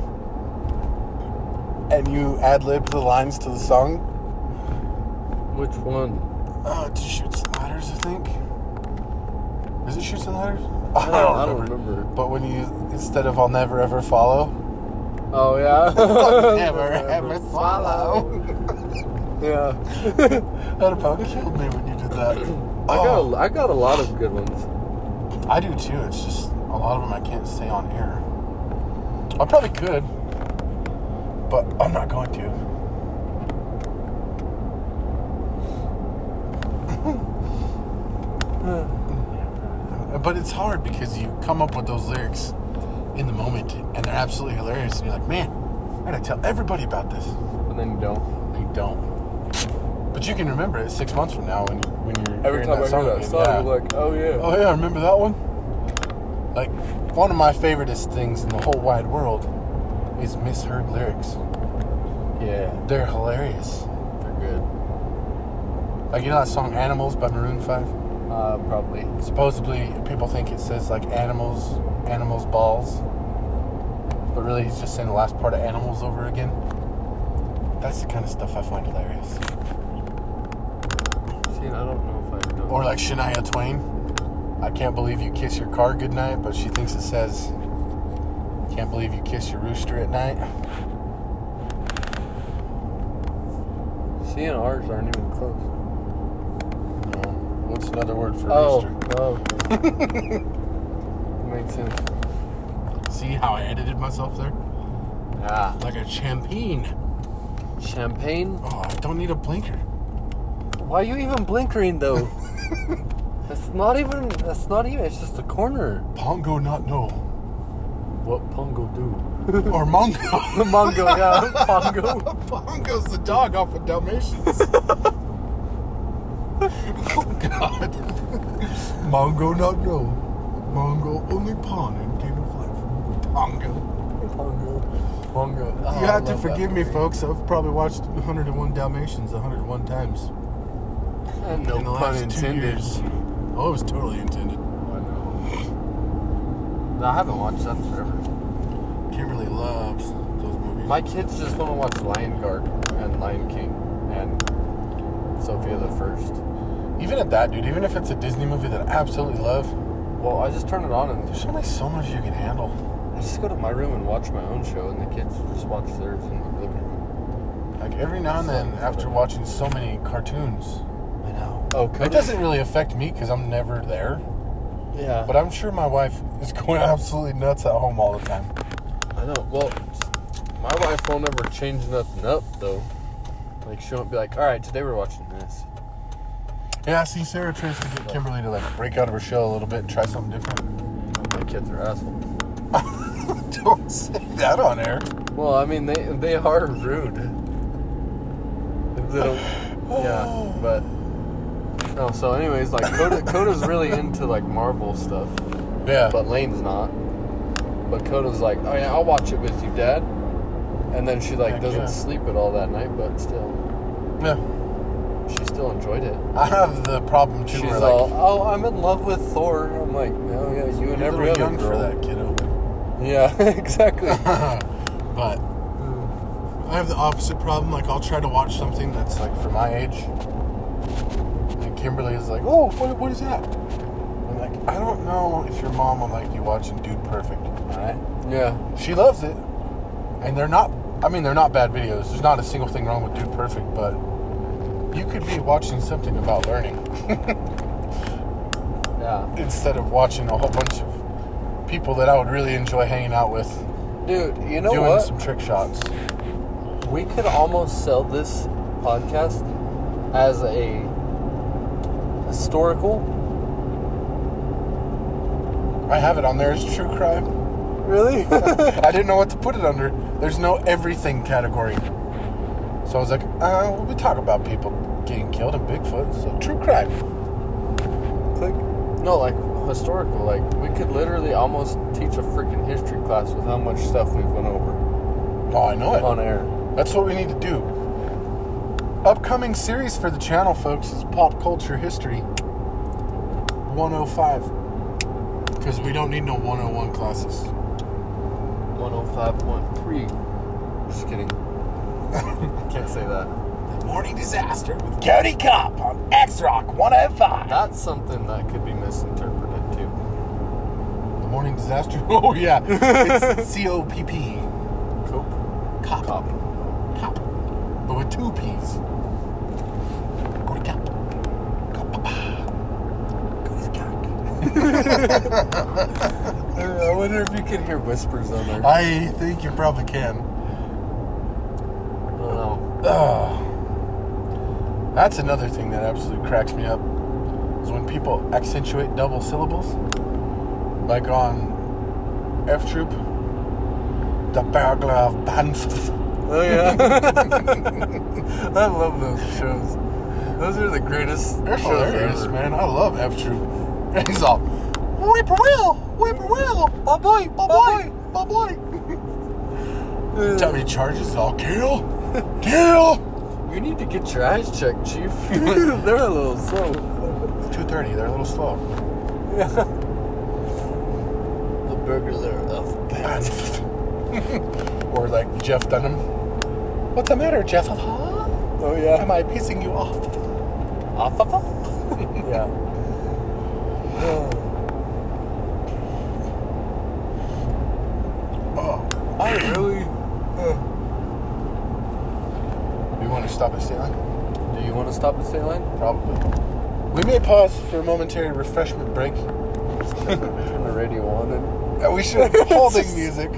[SPEAKER 1] And you ad libbed the lines to the song?
[SPEAKER 2] Which one?
[SPEAKER 1] Uh, to Shoots and Ladders, I think. Is it Shoots and Ladders?
[SPEAKER 2] I don't, I don't remember.
[SPEAKER 1] But when you, instead of I'll never ever follow,
[SPEAKER 2] Oh yeah.
[SPEAKER 1] never ever follow.
[SPEAKER 2] Yeah.
[SPEAKER 1] that about killed me when you did that.
[SPEAKER 2] I got
[SPEAKER 1] Oh,
[SPEAKER 2] a, I got a lot of good ones.
[SPEAKER 1] I do too. It's just a lot of them I can't say on air. I probably could, but I'm not going to. But it's hard because you come up with those lyrics in the moment and they're absolutely hilarious, and you're like, man, I gotta tell everybody about this.
[SPEAKER 2] And then you don't.
[SPEAKER 1] They don't. But you can remember it six months from now when when you're
[SPEAKER 2] Every
[SPEAKER 1] hearing
[SPEAKER 2] time I
[SPEAKER 1] that song
[SPEAKER 2] hear that
[SPEAKER 1] again.
[SPEAKER 2] song,
[SPEAKER 1] Yeah.
[SPEAKER 2] you're like, oh yeah.
[SPEAKER 1] oh yeah, I remember that one. Like one of my favoriteest things in the whole wide world is misheard lyrics.
[SPEAKER 2] yeah.
[SPEAKER 1] They're hilarious.
[SPEAKER 2] They're good.
[SPEAKER 1] Like you know that song "Animals" by Maroon Five.
[SPEAKER 2] Uh, probably.
[SPEAKER 1] Supposedly, people think it says like "animals, animals, balls," but really, he's just saying the last part of "animals" over again. That's the kind of stuff I find hilarious.
[SPEAKER 2] See, I don't know if I know.
[SPEAKER 1] Or like Shania Twain. I can't believe you kiss your car goodnight, but she thinks it says, Can't believe you kiss your rooster at night.
[SPEAKER 2] C and R's aren't even close.
[SPEAKER 1] No. What's another word for rooster?
[SPEAKER 2] oh. Makes sense.
[SPEAKER 1] See how I edited myself there?
[SPEAKER 2] Ah,
[SPEAKER 1] Like a champagne.
[SPEAKER 2] champagne.
[SPEAKER 1] Oh, I don't need a blinker.
[SPEAKER 2] Why are you even blinkering though? it's not even. It's not even. It's just a corner.
[SPEAKER 1] Pongo not know.
[SPEAKER 2] What Pongo do?
[SPEAKER 1] Or Mongo.
[SPEAKER 2] The Mongo, yeah, Pongo.
[SPEAKER 1] Pongo's the dog off of Dalmatians. oh, God. Mongo not know. Mongo only pawn in Game of Life. Pongo.
[SPEAKER 2] Pongo. Pongo. Oh,
[SPEAKER 1] You
[SPEAKER 2] I
[SPEAKER 1] have to
[SPEAKER 2] love that
[SPEAKER 1] forgive me,
[SPEAKER 2] movie.
[SPEAKER 1] folks. I've probably watched 101 Dalmatians 101 times
[SPEAKER 2] No
[SPEAKER 1] in the
[SPEAKER 2] pun
[SPEAKER 1] last two
[SPEAKER 2] intended.
[SPEAKER 1] years. Oh, it was totally intended.
[SPEAKER 2] I know. No, I haven't watched that in forever.
[SPEAKER 1] Kimberly loves those movies.
[SPEAKER 2] My kids just want to watch Lion Guard and Lion King and Sophia the First.
[SPEAKER 1] even at that, dude. Even if it's a Disney movie that I absolutely love,
[SPEAKER 2] Well, I just turn it on and
[SPEAKER 1] there's only so much you can handle.
[SPEAKER 2] I just go to my room and watch my own show, and the kids just watch theirs in the living room.
[SPEAKER 1] Like every now and then, after watching so many cartoons,
[SPEAKER 2] I know. Oh,
[SPEAKER 1] it doesn't really affect me because I'm never there.
[SPEAKER 2] Yeah.
[SPEAKER 1] But I'm sure my wife is going absolutely nuts at home all the time.
[SPEAKER 2] I know. Well, my wife won't ever change nothing up though. Like she won't be like, "All right, today we're watching this."
[SPEAKER 1] Yeah, see, Sarah tries to get Kimberly to like break out of her shell a little bit and try something different.
[SPEAKER 2] My kids are assholes.
[SPEAKER 1] Don't say that on air.
[SPEAKER 2] Well, I mean, they they are rude. They don't. Yeah, but no. So, anyways, like Coda, Coda's really into like Marvel stuff,
[SPEAKER 1] Yeah.
[SPEAKER 2] but Lane's not. But Coda's like, "Oh yeah, I'll watch it with you, Dad." And then she like
[SPEAKER 1] Heck,
[SPEAKER 2] doesn't
[SPEAKER 1] yeah.
[SPEAKER 2] sleep at all that night, but still,
[SPEAKER 1] yeah.
[SPEAKER 2] she still enjoyed it.
[SPEAKER 1] I have the problem too.
[SPEAKER 2] She's
[SPEAKER 1] where, like,
[SPEAKER 2] all, "Oh, I'm in love with Thor." I'm like, "Oh yeah, you and
[SPEAKER 1] you're
[SPEAKER 2] every
[SPEAKER 1] little
[SPEAKER 2] other
[SPEAKER 1] young for
[SPEAKER 2] girl."
[SPEAKER 1] that kiddo.
[SPEAKER 2] Yeah, exactly.
[SPEAKER 1] but I have the opposite problem. Like I'll try to watch something that's like for my age, And Kimberly is like, oh, what, what is that? I'm like, I don't know if your mom would like you watching Dude Perfect. All right.
[SPEAKER 2] Yeah.
[SPEAKER 1] She loves it. And they're not, I mean, they're not bad videos. There's not a single thing wrong with Dude Perfect, but you could be watching something about learning
[SPEAKER 2] Yeah.
[SPEAKER 1] instead of watching a whole bunch of people that I would really enjoy hanging out with
[SPEAKER 2] Dude, you know
[SPEAKER 1] doing
[SPEAKER 2] what?
[SPEAKER 1] some trick shots.
[SPEAKER 2] We could almost sell this podcast as a historical.
[SPEAKER 1] I have it on there. It's true crime.
[SPEAKER 2] Really?
[SPEAKER 1] I didn't know what to put it under. There's no everything category. So I was like, uh, well, we talk about people getting killed and Bigfoot, so true crime.
[SPEAKER 2] Click. No, like historical. Like we could literally almost teach a freaking history class with how much stuff we've went over
[SPEAKER 1] Oh, I know it.
[SPEAKER 2] on air.
[SPEAKER 1] That's what we need to do. Upcoming series for the channel, folks, is Pop Culture History 105. Because we don't need no 101 classes.
[SPEAKER 2] 105.3. Just kidding. Can't say that.
[SPEAKER 1] Morning Disaster with Cody Cop on X Rock 105.
[SPEAKER 2] That's something that could be misinterpreted too.
[SPEAKER 1] The Morning Disaster? Oh, yeah. It's C O P P.
[SPEAKER 2] Cope.
[SPEAKER 1] Cop.
[SPEAKER 2] Cop.
[SPEAKER 1] Cop. But with two P's. Cody Cop. Cop. Cody's cock.
[SPEAKER 2] I wonder if you could hear whispers on there. I
[SPEAKER 1] I think you probably can.
[SPEAKER 2] don't know.
[SPEAKER 1] Ugh. That's another thing that absolutely cracks me up is when people accentuate double syllables, like on F Troop, the paragraph bands.
[SPEAKER 2] Oh yeah. I love those shows. Those are the greatest
[SPEAKER 1] They're
[SPEAKER 2] shows
[SPEAKER 1] hilarious,
[SPEAKER 2] ever.
[SPEAKER 1] man. I love F Troop. And he's all, whippoorwill, whippoorwill, my boy, my boy, my boy.
[SPEAKER 2] Ugh.
[SPEAKER 1] Tommy charges all, kill, kill.
[SPEAKER 2] You need to get your eyes checked, Chief. They're a little slow.
[SPEAKER 1] It's 2.30, they're a little slow.
[SPEAKER 2] The burglar of
[SPEAKER 1] Banff. or like Jeff Dunham. What's the matter, Jeff? Huh?
[SPEAKER 2] Oh
[SPEAKER 1] Am
[SPEAKER 2] yeah.
[SPEAKER 1] I pissing you off?
[SPEAKER 2] Off of Yeah. Oh,
[SPEAKER 1] Oh,
[SPEAKER 2] I really.
[SPEAKER 1] you want to stop at state line?
[SPEAKER 2] Do you want to stop at state line?
[SPEAKER 1] Probably. We may pause for a momentary refreshment break.
[SPEAKER 2] Turn the radio on and.
[SPEAKER 1] Uh, We should have holding music.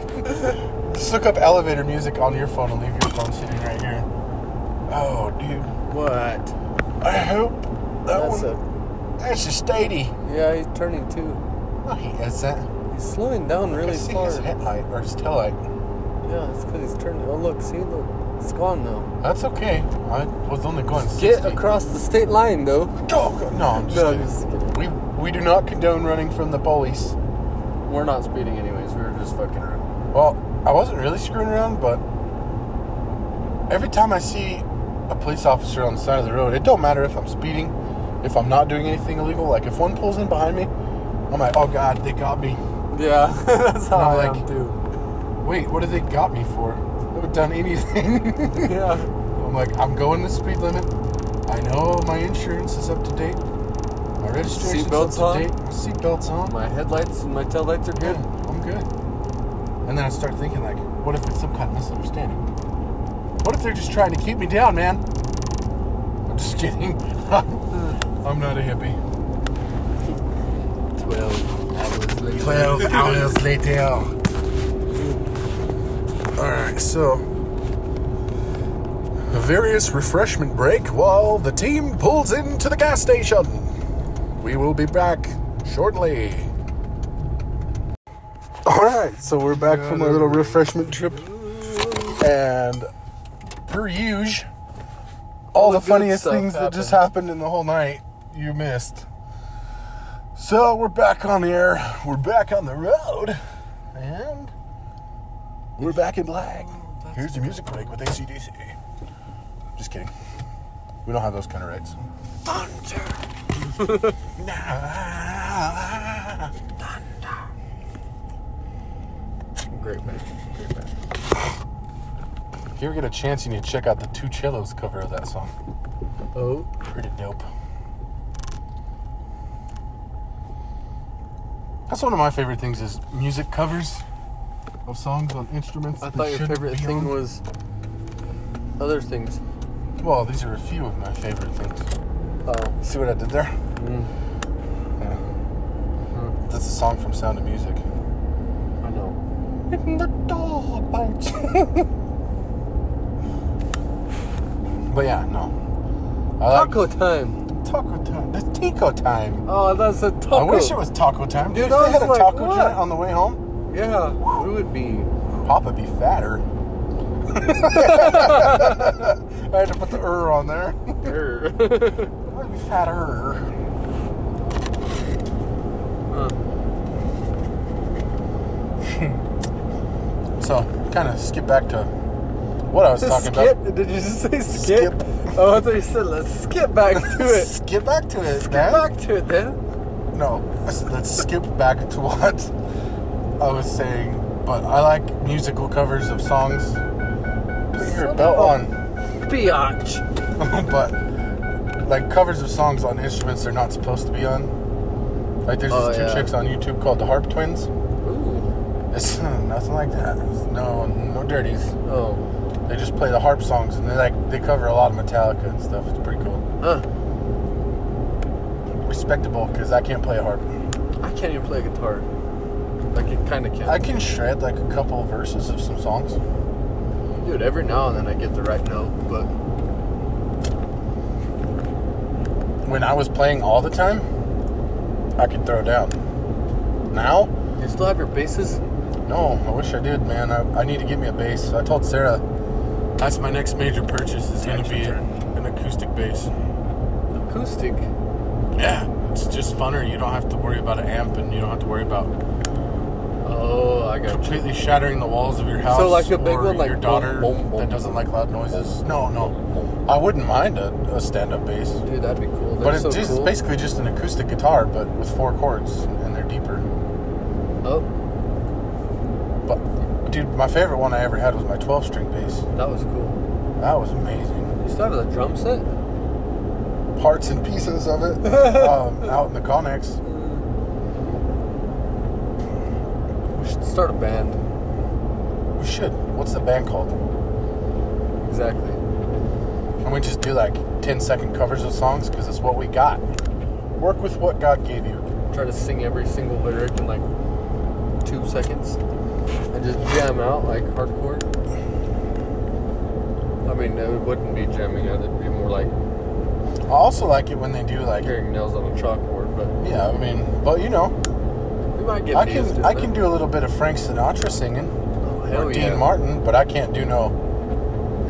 [SPEAKER 1] Just look up elevator music on your phone and leave your phone sitting right here. Oh, dude.
[SPEAKER 2] What?
[SPEAKER 1] I hope that
[SPEAKER 2] That's
[SPEAKER 1] one. That's just statey.
[SPEAKER 2] Yeah, he's turning two.
[SPEAKER 1] No, he isn't.
[SPEAKER 2] He's slowing down
[SPEAKER 1] I
[SPEAKER 2] really
[SPEAKER 1] see
[SPEAKER 2] far.
[SPEAKER 1] his headlight or his taillight.
[SPEAKER 2] Yeah, it's because he's turning. Oh look, see, look, it's gone now.
[SPEAKER 1] That's okay. I was only going 60.
[SPEAKER 2] Get across the state line though.
[SPEAKER 1] Oh, God. No, I'm just
[SPEAKER 2] No,
[SPEAKER 1] kidding.
[SPEAKER 2] just kidding.
[SPEAKER 1] We, we do not condone running from the police.
[SPEAKER 2] We're not speeding anyways. We were just fucking around.
[SPEAKER 1] Well, I wasn't really screwing around, but every time I see a police officer on the side of the road, it don't matter if I'm speeding, if I'm not doing anything illegal. Like if one pulls in behind me, I'm like, oh god, they got me.
[SPEAKER 2] Yeah, that's how
[SPEAKER 1] I'm
[SPEAKER 2] I
[SPEAKER 1] like-
[SPEAKER 2] am too.
[SPEAKER 1] Wait, what did they got me for? I haven't done anything.
[SPEAKER 2] Yeah.
[SPEAKER 1] I'm like, I'm going the speed limit. I know my insurance is up to date. My registration's
[SPEAKER 2] Seatbelt's
[SPEAKER 1] up
[SPEAKER 2] on?
[SPEAKER 1] to date. My seatbelt's on.
[SPEAKER 2] My headlights and my taillights are
[SPEAKER 1] good.
[SPEAKER 2] good.
[SPEAKER 1] I'm good. And then I start thinking, like, what if it's some kind of misunderstanding? What if they're just trying to keep me down, man? I'm just kidding. I'm not a hippie.
[SPEAKER 2] Twelve hours later.
[SPEAKER 1] hours later. Alright, so. A various refreshment break while the team pulls into the gas station. We will be back shortly. Alright, so we're back from our little refreshment trip. And per usual, all,
[SPEAKER 2] All
[SPEAKER 1] the,
[SPEAKER 2] the good
[SPEAKER 1] funniest
[SPEAKER 2] stuff
[SPEAKER 1] things that just happened in the whole night you missed. So we're back on the air, we're back on the road, and we're back in black. Here's the music break with ACDC. Just kidding. We don't have those kind of rights. Thunder.
[SPEAKER 2] Great man. Great man.
[SPEAKER 1] If you ever get a chance, you need to check out the Two Cellos cover of that song.
[SPEAKER 2] Oh,
[SPEAKER 1] Pretty dope. That's one of my favorite things is music covers of songs on instruments.
[SPEAKER 2] I
[SPEAKER 1] that
[SPEAKER 2] thought your
[SPEAKER 1] shouldn't
[SPEAKER 2] favorite
[SPEAKER 1] be
[SPEAKER 2] thing
[SPEAKER 1] on.
[SPEAKER 2] was other things.
[SPEAKER 1] Well, these are a few of my favorite things.
[SPEAKER 2] Oh.
[SPEAKER 1] See what I did there?
[SPEAKER 2] Mm.
[SPEAKER 1] Yeah.
[SPEAKER 2] Mm.
[SPEAKER 1] That's a song from Sound of Music.
[SPEAKER 2] I know.
[SPEAKER 1] In the door bites. but yeah, no. I like
[SPEAKER 2] Taco time.
[SPEAKER 1] taco time. That's Tico time.
[SPEAKER 2] Oh, that's a taco.
[SPEAKER 1] I wish it was taco time.
[SPEAKER 2] Dude,
[SPEAKER 1] Dude, if
[SPEAKER 2] I
[SPEAKER 1] they had a
[SPEAKER 2] was like,
[SPEAKER 1] taco
[SPEAKER 2] what?
[SPEAKER 1] joint on the way home,
[SPEAKER 2] Yeah, we would be.
[SPEAKER 1] Papa'd be fatter. I had to put the er on there.
[SPEAKER 2] Err.
[SPEAKER 1] I'd be fatter.
[SPEAKER 2] Huh.
[SPEAKER 1] So, kind of skip back to what I was talking
[SPEAKER 2] skip?
[SPEAKER 1] about.
[SPEAKER 2] Did you just say skip?
[SPEAKER 1] Skip.
[SPEAKER 2] Oh, I thought you said let's skip back to it.
[SPEAKER 1] skip back to it,
[SPEAKER 2] skip
[SPEAKER 1] man.
[SPEAKER 2] back to it then.
[SPEAKER 1] No, let's, let's skip back to what I was saying. But I like musical covers of songs. Put your
[SPEAKER 2] Son
[SPEAKER 1] belt
[SPEAKER 2] of
[SPEAKER 1] on.
[SPEAKER 2] Biatch.
[SPEAKER 1] but like covers of songs on instruments they're not supposed to be on. Like there's
[SPEAKER 2] Oh,
[SPEAKER 1] these two
[SPEAKER 2] yeah.
[SPEAKER 1] chicks on YouTube called the Harp Twins.
[SPEAKER 2] Ooh.
[SPEAKER 1] It's nothing like that. It's no no dirties.
[SPEAKER 2] Oh.
[SPEAKER 1] They just play the harp songs and they like they cover a lot of Metallica and stuff. It's pretty cool.
[SPEAKER 2] Uh,
[SPEAKER 1] Respectable because I can't play a harp.
[SPEAKER 2] I can't even play guitar. Like it kind of can.
[SPEAKER 1] I can shred like a couple verses of some songs.
[SPEAKER 2] Dude, every now and then I get the right note, but
[SPEAKER 1] When I was playing all the time, I could throw down. Now,
[SPEAKER 2] you still have your bases.
[SPEAKER 1] No, I wish I did, man. I, I need to get me a bass. I told Sarah that's my next major purchase is going to be
[SPEAKER 2] Action
[SPEAKER 1] an acoustic bass.
[SPEAKER 2] Acoustic.
[SPEAKER 1] Yeah, it's just funner. You don't have to worry about an amp, and you don't have to worry about
[SPEAKER 2] Oh, I got you.
[SPEAKER 1] completely shattering the walls of your house.
[SPEAKER 2] like a big
[SPEAKER 1] or
[SPEAKER 2] one, like
[SPEAKER 1] your daughter
[SPEAKER 2] boom, boom, boom.
[SPEAKER 1] that doesn't like loud noises. No, no, I wouldn't mind a, a stand-up bass,
[SPEAKER 2] Dude, that'd be cool. They're
[SPEAKER 1] but it's
[SPEAKER 2] so
[SPEAKER 1] just
[SPEAKER 2] cool.
[SPEAKER 1] basically just an acoustic guitar, but with four chords, and they're deeper.
[SPEAKER 2] Oh,
[SPEAKER 1] But dude, my favorite one I ever had was my 12-string bass.
[SPEAKER 2] that was cool.
[SPEAKER 1] That was amazing.
[SPEAKER 2] You still have the drum set?
[SPEAKER 1] parts and pieces of it um, out in the Connex.
[SPEAKER 2] We should start a band.
[SPEAKER 1] We should. What's the band called?
[SPEAKER 2] Exactly.
[SPEAKER 1] And we just do like 10 second covers of songs because it's what we got. Work with what God gave you.
[SPEAKER 2] try to sing every single lyric in like two seconds and just jam out like hardcore. I mean, it wouldn't be jamming out, it'd be more like
[SPEAKER 1] I also like it when they do like,
[SPEAKER 2] carrying nails on a chalkboard, but
[SPEAKER 1] yeah, I mean, but you know,
[SPEAKER 2] we might get
[SPEAKER 1] I
[SPEAKER 2] views
[SPEAKER 1] can
[SPEAKER 2] doing
[SPEAKER 1] I
[SPEAKER 2] it.
[SPEAKER 1] can do a little bit of Frank Sinatra singing
[SPEAKER 2] oh, hell
[SPEAKER 1] or
[SPEAKER 2] yeah.
[SPEAKER 1] Dean Martin, but I can't do no.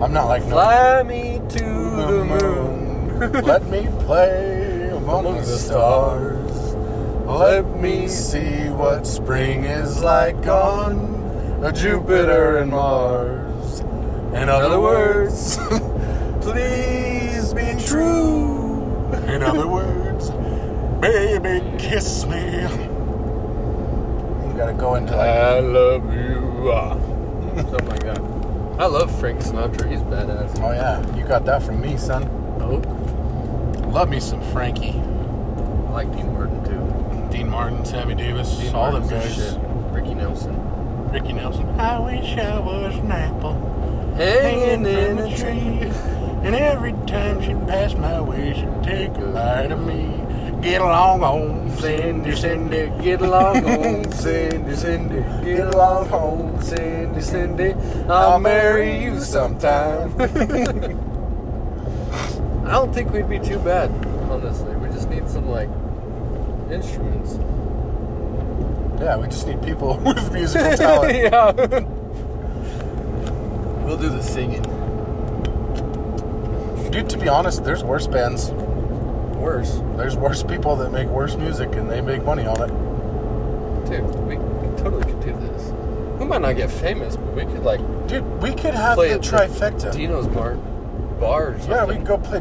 [SPEAKER 1] I'm not like no.
[SPEAKER 2] Fly me to the moon.
[SPEAKER 1] Let me play among,
[SPEAKER 2] Among
[SPEAKER 1] the
[SPEAKER 2] the
[SPEAKER 1] stars. Let me see what spring is like on a Jupiter and Mars. In other words, please be true. In other words, baby, kiss me. You gotta go into like.
[SPEAKER 2] I love you. ah. Something like that. I love Frank Sinatra. He's badass.
[SPEAKER 1] Oh, yeah, you got that from me, son.
[SPEAKER 2] Oh,
[SPEAKER 1] Love me some Frankie.
[SPEAKER 2] I like Dean Martin too.
[SPEAKER 1] Dean Martin, Sammy Davis,
[SPEAKER 2] Dean
[SPEAKER 1] all
[SPEAKER 2] Martin's
[SPEAKER 1] them
[SPEAKER 2] the
[SPEAKER 1] guys.
[SPEAKER 2] shit. Ricky Nelson.
[SPEAKER 1] Ricky Nelson. I wish I was an apple
[SPEAKER 2] Hanging in a tree.
[SPEAKER 1] and every time she passed my way, she'd take a bite of me. Get along home,
[SPEAKER 2] Cindy, Cindy, get along home. Cindy, Cindy, get along home. Cindy, Cindy, I'll marry you sometime. I don't think we'd be too bad, honestly. We just need some, like, instruments.
[SPEAKER 1] yeah, we just need people with musical talent.
[SPEAKER 2] yeah. We'll do the singing.
[SPEAKER 1] Dude, to be honest, there's worse bands.
[SPEAKER 2] Worse,
[SPEAKER 1] There's worse people that make worse music and they make money on it.
[SPEAKER 2] dude. We totally could do this. We might not get famous, but we could, like,
[SPEAKER 1] Dude, we could have
[SPEAKER 2] Play
[SPEAKER 1] the
[SPEAKER 2] it.
[SPEAKER 1] trifecta.
[SPEAKER 2] Dino's Bar, bar or something.
[SPEAKER 1] yeah, we could go play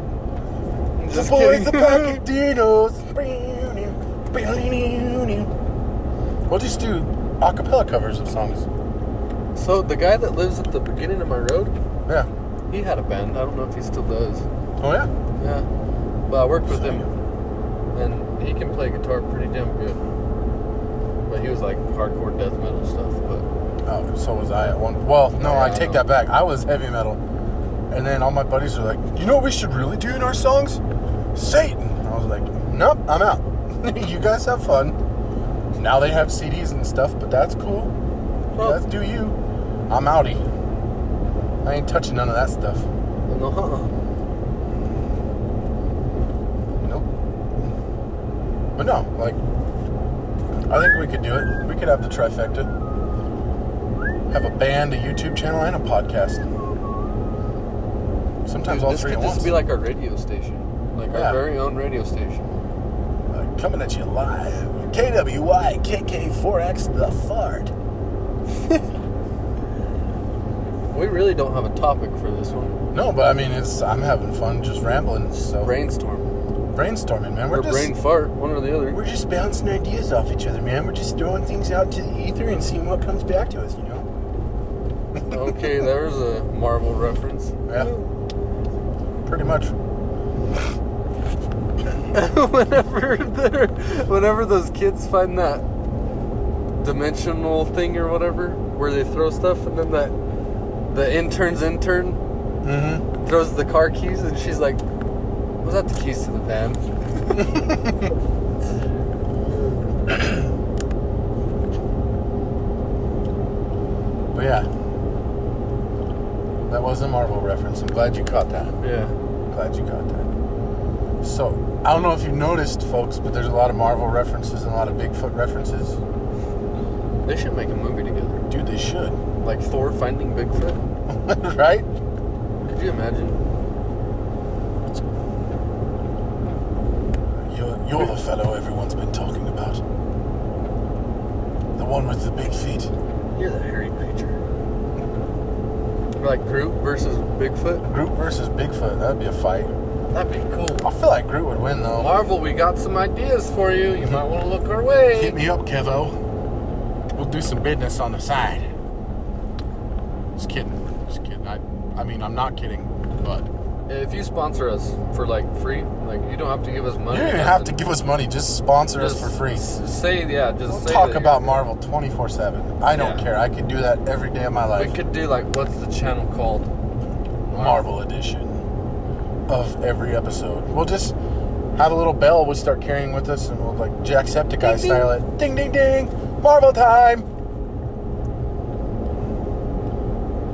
[SPEAKER 2] Just
[SPEAKER 1] the boys,
[SPEAKER 2] kidding.
[SPEAKER 1] the pack of dinos. We'll just do a cappella covers of songs.
[SPEAKER 2] So the guy that lives at the beginning of my road,
[SPEAKER 1] Yeah.
[SPEAKER 2] he had a band. I don't know if he still does.
[SPEAKER 1] Oh yeah.
[SPEAKER 2] Yeah. But I worked with him, and he can play guitar pretty damn good. But he was like hardcore death metal stuff. But
[SPEAKER 1] Oh, so was I at one. Well, no, I take that back. I was heavy metal, and then all my buddies were like, "You know, what we should really do in our songs, Satan." I was like, "Nope, I'm out. you guys have fun." Now they have CDs and stuff, but that's cool.
[SPEAKER 2] Well-
[SPEAKER 1] Let's do you. I'm outie. I ain't touching none of that stuff.
[SPEAKER 2] no,
[SPEAKER 1] Nope. But no, like, I think we could do it. We could have the trifecta. Have a band, a YouTube channel, and a podcast. Sometimes
[SPEAKER 2] Dude,
[SPEAKER 1] all
[SPEAKER 2] this
[SPEAKER 1] three
[SPEAKER 2] could
[SPEAKER 1] at
[SPEAKER 2] just
[SPEAKER 1] once.
[SPEAKER 2] be like our radio station, like
[SPEAKER 1] Yeah.
[SPEAKER 2] our very own radio station.
[SPEAKER 1] Uh, coming at you live, KWY KK4X the fart.
[SPEAKER 2] We really don't have a topic for this one.
[SPEAKER 1] No, but I mean, it's I'm having fun just rambling. So
[SPEAKER 2] Brainstorm
[SPEAKER 1] brainstorming, man. We're
[SPEAKER 2] or
[SPEAKER 1] just
[SPEAKER 2] brain fart, one or the other.
[SPEAKER 1] we're just bouncing ideas off each other, man. We're just throwing things out to the ether and seeing what comes back to us. You know?
[SPEAKER 2] okay, there's a Marvel reference.
[SPEAKER 1] Yeah. Pretty much.
[SPEAKER 2] whenever they're, whenever those kids find that dimensional thing or whatever, where they throw stuff, and then that the intern's intern
[SPEAKER 1] Mm-hmm.
[SPEAKER 2] throws the car keys, and she's like, "Was that the keys to the van?"
[SPEAKER 1] But yeah, that was a Marvel reference. I'm glad you caught that.
[SPEAKER 2] Yeah.
[SPEAKER 1] Glad you caught that. So I don't know if you noticed, folks, but there's a lot of Marvel references and a lot of Bigfoot references.
[SPEAKER 2] They should make a movie together,
[SPEAKER 1] Dude, they should,
[SPEAKER 2] like Thor finding Bigfoot.
[SPEAKER 1] right?
[SPEAKER 2] Could you imagine?
[SPEAKER 1] You're, you're the fellow everyone's been talking about. The one with the big feet.
[SPEAKER 2] You're the hairy creature. Or like Groot versus Bigfoot.
[SPEAKER 1] Groot versus Bigfoot. That'd be a fight.
[SPEAKER 2] That'd be cool.
[SPEAKER 1] I feel like Groot would win though.
[SPEAKER 2] Marvel, we got some ideas for you. You might want to look our way.
[SPEAKER 1] Hit me up, Kevo. We'll do some business on the side. Just kidding. Just kidding. I, I mean, I'm not kidding, but
[SPEAKER 2] If you sponsor us for like free, like you don't have to give us
[SPEAKER 1] you
[SPEAKER 2] money.
[SPEAKER 1] don't even have to give us money. Just sponsor us
[SPEAKER 2] Just
[SPEAKER 1] for free.
[SPEAKER 2] s- Say yeah, just
[SPEAKER 1] We'll
[SPEAKER 2] say
[SPEAKER 1] talk
[SPEAKER 2] that
[SPEAKER 1] about Marvel 24 7. I don't
[SPEAKER 2] Yeah.
[SPEAKER 1] care. I could do that every day of my
[SPEAKER 2] you're-
[SPEAKER 1] life.
[SPEAKER 2] We could do like what's the channel called?
[SPEAKER 1] Marvel edition of every episode. We'll just have a little bell we start carrying with us, and we'll like Jacksepticeye style it. Ding ding ding! Marvel time.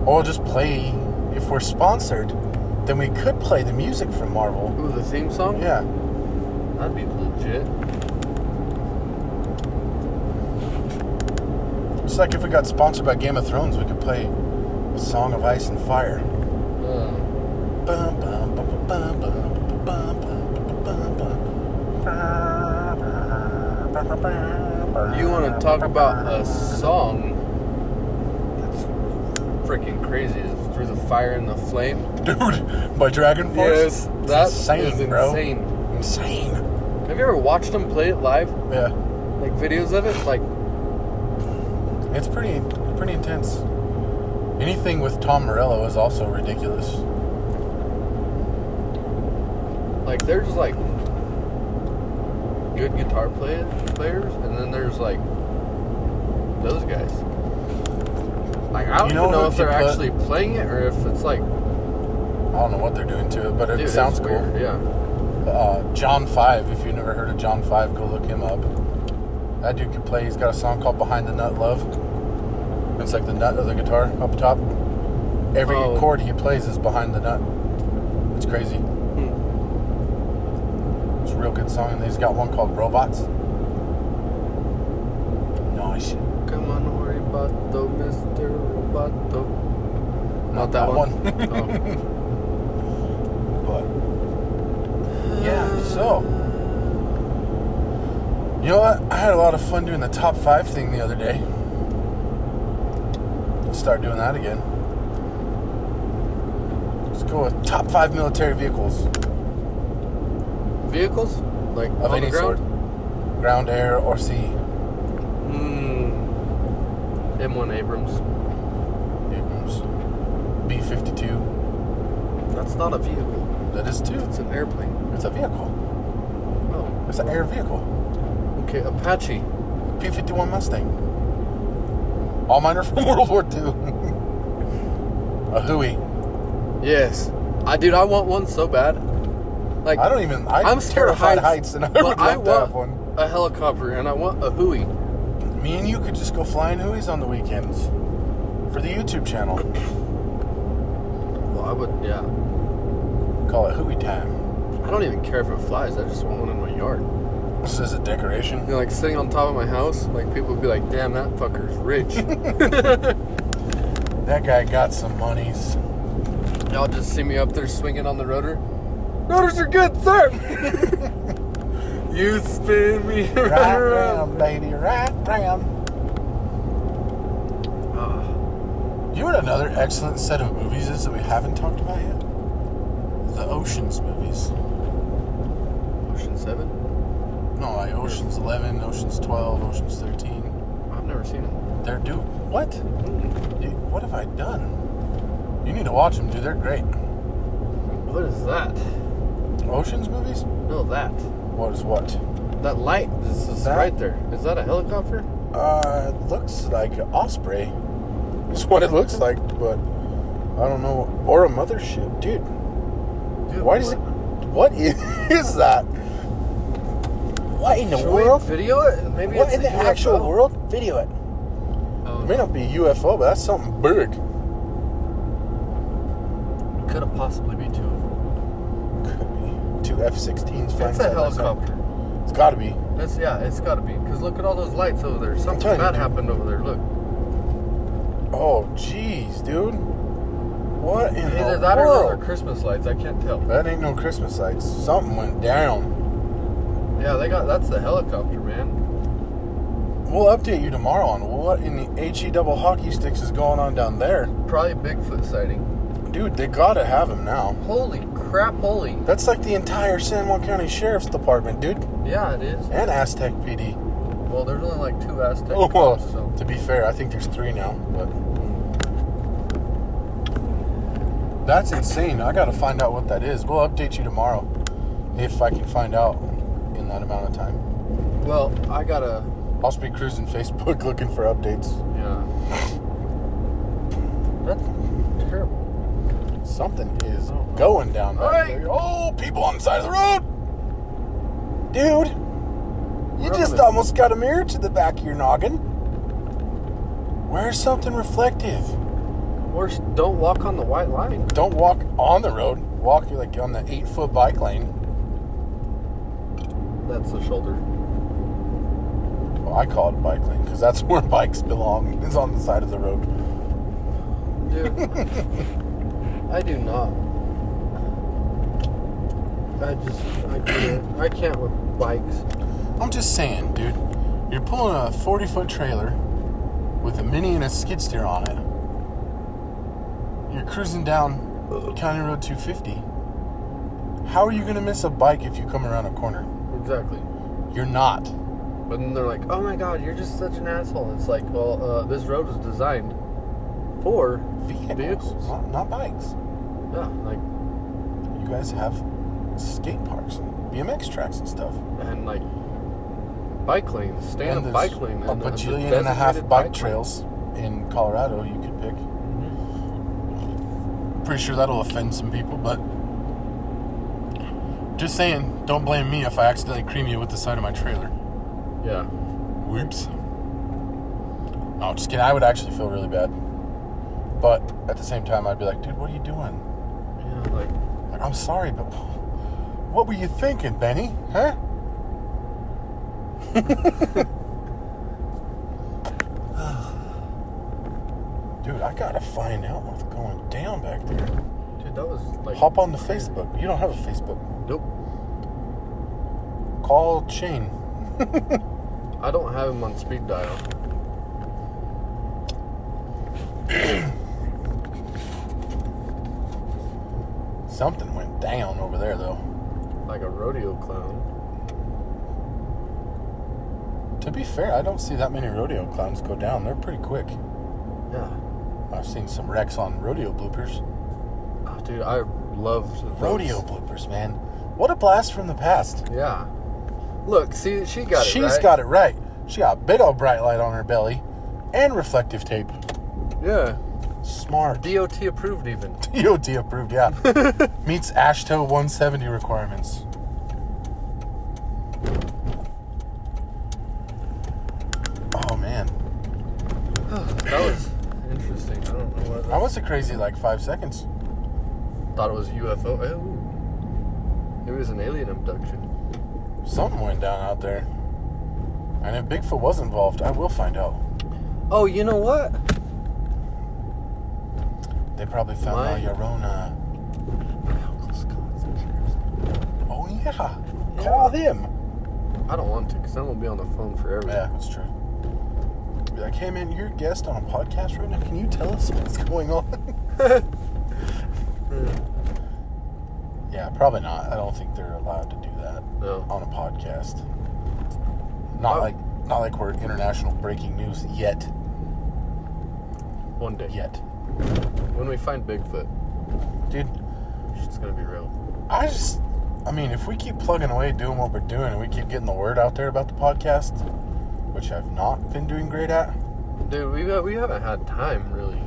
[SPEAKER 1] Or we'll just play if we're sponsored. Then we could play the music from Marvel.
[SPEAKER 2] Ooh, the theme song.
[SPEAKER 1] Yeah,
[SPEAKER 2] that'd be legit.
[SPEAKER 1] it's like if we got sponsored by Game of Thrones, we could play a Song of Ice and Fire.
[SPEAKER 2] Uh,
[SPEAKER 1] Bum, bum, bum, bum, bum, bum, bum, bum, bum, bum.
[SPEAKER 2] you want to talk about a song that's freaking crazy? It's through the fire and the flame.
[SPEAKER 1] Dude, by Dragon Force? It's
[SPEAKER 2] that is
[SPEAKER 1] insane, bro.
[SPEAKER 2] insane.
[SPEAKER 1] Insane.
[SPEAKER 2] Have you ever watched them play it live?
[SPEAKER 1] Yeah.
[SPEAKER 2] Like videos of it? Like
[SPEAKER 1] It's pretty pretty intense. Anything with Tom Morello is also ridiculous.
[SPEAKER 2] like there's like good guitar play- players and then there's like those guys like i don't
[SPEAKER 1] You know
[SPEAKER 2] even know
[SPEAKER 1] who
[SPEAKER 2] if
[SPEAKER 1] could
[SPEAKER 2] they're
[SPEAKER 1] put-
[SPEAKER 2] actually playing it or if it's like
[SPEAKER 1] I don't know what they're doing to it, but it
[SPEAKER 2] dude,
[SPEAKER 1] sounds
[SPEAKER 2] it's
[SPEAKER 1] cool.
[SPEAKER 2] weird. yeah
[SPEAKER 1] Uh, John Five, if you've never heard of John Five, go look him up. That dude can play. He's got a song called Behind the Nut Love. It's like the nut of the guitar up top. Every
[SPEAKER 2] Oh.
[SPEAKER 1] chord he plays is behind the nut. It's crazy.
[SPEAKER 2] Hmm.
[SPEAKER 1] It's a real good song. And he's got one called Robots. Nice.
[SPEAKER 2] come on roboto mr roboto not that,
[SPEAKER 1] that
[SPEAKER 2] one, Oh.
[SPEAKER 1] But yeah, so you know what? I had a lot of fun doing the top five thing the other day. Let's start doing that again. Let's go with top five military vehicles
[SPEAKER 2] Oh. vehicles like
[SPEAKER 1] of
[SPEAKER 2] on
[SPEAKER 1] any
[SPEAKER 2] the ground
[SPEAKER 1] sort, ground, air, or sea.
[SPEAKER 2] mm. m1 abrams
[SPEAKER 1] Abrams, B fifty two.
[SPEAKER 2] that's not a vehicle
[SPEAKER 1] That is too.
[SPEAKER 2] It's an airplane.
[SPEAKER 1] It's a vehicle.
[SPEAKER 2] Oh,
[SPEAKER 1] It's an air vehicle.
[SPEAKER 2] okay. Apache.
[SPEAKER 1] P fifty one Mustang. All mine are from World War II. a Huey.
[SPEAKER 2] Yes. I dude, I want one so bad. Like
[SPEAKER 1] I don't even. I
[SPEAKER 2] I'm
[SPEAKER 1] am
[SPEAKER 2] scared of
[SPEAKER 1] terrified heights,
[SPEAKER 2] heights,
[SPEAKER 1] and I would
[SPEAKER 2] but
[SPEAKER 1] love
[SPEAKER 2] I
[SPEAKER 1] to have
[SPEAKER 2] want-
[SPEAKER 1] one.
[SPEAKER 2] a helicopter and I want a Huey.
[SPEAKER 1] Me and you could just go flying Hueys on the weekends for the YouTube channel.
[SPEAKER 2] Well, I would. Yeah.
[SPEAKER 1] Call it Huey time.
[SPEAKER 2] I don't even care if it flies. I just want one in my yard.
[SPEAKER 1] This is a decoration.
[SPEAKER 2] You know, like sitting on top of my house, like people would be like, "Damn, that fucker's rich."
[SPEAKER 1] That guy got some monies.
[SPEAKER 2] Y'all just see me up there swinging on the rotor. Rotors are good, sir. you spin me right
[SPEAKER 1] Right
[SPEAKER 2] around.
[SPEAKER 1] round, baby, right round.
[SPEAKER 2] Ah,
[SPEAKER 1] You know what another excellent set of movies is that we haven't talked about yet? The Oceans movies.
[SPEAKER 2] Ah, Ocean Seven.
[SPEAKER 1] No, like Oceans 11, Oceans 12, Oceans 13.
[SPEAKER 2] I've never seen it. Hmm.
[SPEAKER 1] They're due. What? You, what have I done? You need to watch them, dude. They're great.
[SPEAKER 2] What is that?
[SPEAKER 1] Oceans movies?
[SPEAKER 2] No, that.
[SPEAKER 1] What is what?
[SPEAKER 2] That light is is
[SPEAKER 1] That-
[SPEAKER 2] right there. Is that a helicopter?
[SPEAKER 1] Uh, it looks like an osprey. That's what it looks like, but I don't know. Or a mothership, dude.
[SPEAKER 2] Dude,
[SPEAKER 1] Why does it? What is, is that? What in the
[SPEAKER 2] Should we
[SPEAKER 1] world?
[SPEAKER 2] video it? Maybe
[SPEAKER 1] What
[SPEAKER 2] it's
[SPEAKER 1] in
[SPEAKER 2] a
[SPEAKER 1] the actual
[SPEAKER 2] UFO.
[SPEAKER 1] world? Video it.
[SPEAKER 2] Oh,
[SPEAKER 1] It may not be UFO, but that's something big.
[SPEAKER 2] Could it possibly be two of them?
[SPEAKER 1] Could be two F-16s flying.
[SPEAKER 2] It's a
[SPEAKER 1] side by side.
[SPEAKER 2] helicopter.
[SPEAKER 1] It's got to be.
[SPEAKER 2] That's yeah. It's got to be because look at all those lights over there. Something
[SPEAKER 1] telling you,
[SPEAKER 2] bad
[SPEAKER 1] dude.
[SPEAKER 2] happened over there. Look,
[SPEAKER 1] Oh, jeez, dude. What in
[SPEAKER 2] either
[SPEAKER 1] the
[SPEAKER 2] that or those
[SPEAKER 1] world?
[SPEAKER 2] are Christmas lights. I can't tell.
[SPEAKER 1] that ain't no Christmas lights. Something went down.
[SPEAKER 2] Yeah, they got that's the helicopter, man.
[SPEAKER 1] We'll update you tomorrow on what in the HE double hockey sticks is going on down there.
[SPEAKER 2] Probably Bigfoot sighting.
[SPEAKER 1] Dude, they gotta have him now.
[SPEAKER 2] Holy crap, holy.
[SPEAKER 1] That's like the entire San Juan County Sheriff's Department, dude,
[SPEAKER 2] Yeah, it is.
[SPEAKER 1] and Aztec PD.
[SPEAKER 2] Well, there's only like two Aztec.
[SPEAKER 1] Oh, well,
[SPEAKER 2] cops, so.
[SPEAKER 1] to be fair, I think there's three now, but. That's insane. I gotta find out what that is. We'll update you tomorrow if I can find out in that amount of time.
[SPEAKER 2] Well, I gotta.
[SPEAKER 1] I'll just be cruising Facebook looking for updates.
[SPEAKER 2] Yeah. That's terrible.
[SPEAKER 1] Something is going down back
[SPEAKER 2] Alright.
[SPEAKER 1] there. Oh, people on the side of the road! Dude, you
[SPEAKER 2] Rub
[SPEAKER 1] just
[SPEAKER 2] it.
[SPEAKER 1] almost got a mirror to the back of your noggin. Wear something reflective.
[SPEAKER 2] Worse, don't walk on the white line.
[SPEAKER 1] Don't walk on the road. Walk like on the eight foot bike lane.
[SPEAKER 2] That's the shoulder.
[SPEAKER 1] Well, I call it bike lane because that's where bikes belong. Is on the side of the road.
[SPEAKER 2] Dude, I do not. I just, I can't, I can't with bikes.
[SPEAKER 1] I'm just saying, dude. You're pulling a 40 foot trailer with a mini and a skid steer on it. You're cruising down County Road 250. How are you going to miss a bike if you come around a corner?
[SPEAKER 2] Exactly.
[SPEAKER 1] You're not.
[SPEAKER 2] But then they're like, oh my god, you're just such an asshole. It's like, well, uh, this road was designed for,
[SPEAKER 1] Vehicles,
[SPEAKER 2] Vehicles.
[SPEAKER 1] Not, not bikes.
[SPEAKER 2] yeah, like,
[SPEAKER 1] You guys have skate parks and BMX tracks and stuff.
[SPEAKER 2] and like, bike lanes. Stay in a
[SPEAKER 1] there's
[SPEAKER 2] bike lane.
[SPEAKER 1] A
[SPEAKER 2] and it's
[SPEAKER 1] bajillion and a half
[SPEAKER 2] designated
[SPEAKER 1] bike,
[SPEAKER 2] lane.
[SPEAKER 1] trails in Colorado you could pick.
[SPEAKER 2] Mm-hmm.
[SPEAKER 1] Pretty sure that'll offend some people, but just saying, don't blame me if I accidentally cream you with the side of my trailer.
[SPEAKER 2] Yeah.
[SPEAKER 1] Whoops. No, just kidding. I would actually feel really bad. But at the same time, I'd be like, dude, what are you doing?
[SPEAKER 2] Yeah, like,
[SPEAKER 1] Like, I'm sorry, but what were you thinking, Benny? Huh? Dude, I gotta find out what's going down back there.
[SPEAKER 2] dude, that was like.
[SPEAKER 1] Hop on the Facebook. You don't have a Facebook.
[SPEAKER 2] Nope.
[SPEAKER 1] Call Shane.
[SPEAKER 2] I don't have him on speed dial.
[SPEAKER 1] Something went down over there though.
[SPEAKER 2] Like a rodeo clown.
[SPEAKER 1] To be fair, I don't see that many rodeo clowns go down. They're pretty quick.
[SPEAKER 2] Yeah.
[SPEAKER 1] I've seen some wrecks on rodeo bloopers.
[SPEAKER 2] Oh, dude, I loved those.
[SPEAKER 1] Rodeo bloopers, man. What a blast from the past.
[SPEAKER 2] Yeah. Look, see, she got it.
[SPEAKER 1] She's
[SPEAKER 2] right?
[SPEAKER 1] got it right. She got a big old bright light on her belly and reflective tape.
[SPEAKER 2] Yeah.
[SPEAKER 1] Smart.
[SPEAKER 2] DOT approved even.
[SPEAKER 1] DOT approved, yeah. Meets ASHTO 170 requirements. Oh man.
[SPEAKER 2] That was interesting. I don't know what.
[SPEAKER 1] That was a crazy like five seconds.
[SPEAKER 2] Thought it was UFO. Oh. Maybe it was an alien abduction.
[SPEAKER 1] Something went down out there. And if Bigfoot was involved, I will find out.
[SPEAKER 2] Oh, you know what?
[SPEAKER 1] They probably found
[SPEAKER 2] Why?
[SPEAKER 1] La Llorona.
[SPEAKER 2] My uncle's calling some sheriff's-
[SPEAKER 1] Oh yeah.
[SPEAKER 2] Yeah.
[SPEAKER 1] Call him.
[SPEAKER 2] I don't want to, cause I'm gonna be on the phone forever.
[SPEAKER 1] Yeah, that's true. Be like, hey man, you're a guest on a podcast right now. Can you tell us what's going on? yeah, probably not. I don't think they're allowed to do that
[SPEAKER 2] No.
[SPEAKER 1] on a podcast. Not
[SPEAKER 2] Oh.
[SPEAKER 1] like not like we're international breaking news yet.
[SPEAKER 2] One day.
[SPEAKER 1] Yet.
[SPEAKER 2] When we find Bigfoot,
[SPEAKER 1] Dude,
[SPEAKER 2] it's gonna be real.
[SPEAKER 1] I just I mean, if we keep plugging away doing what we're doing and we keep getting the word out there about the podcast, which I've not been doing great at.
[SPEAKER 2] Dude, we we haven't had time really.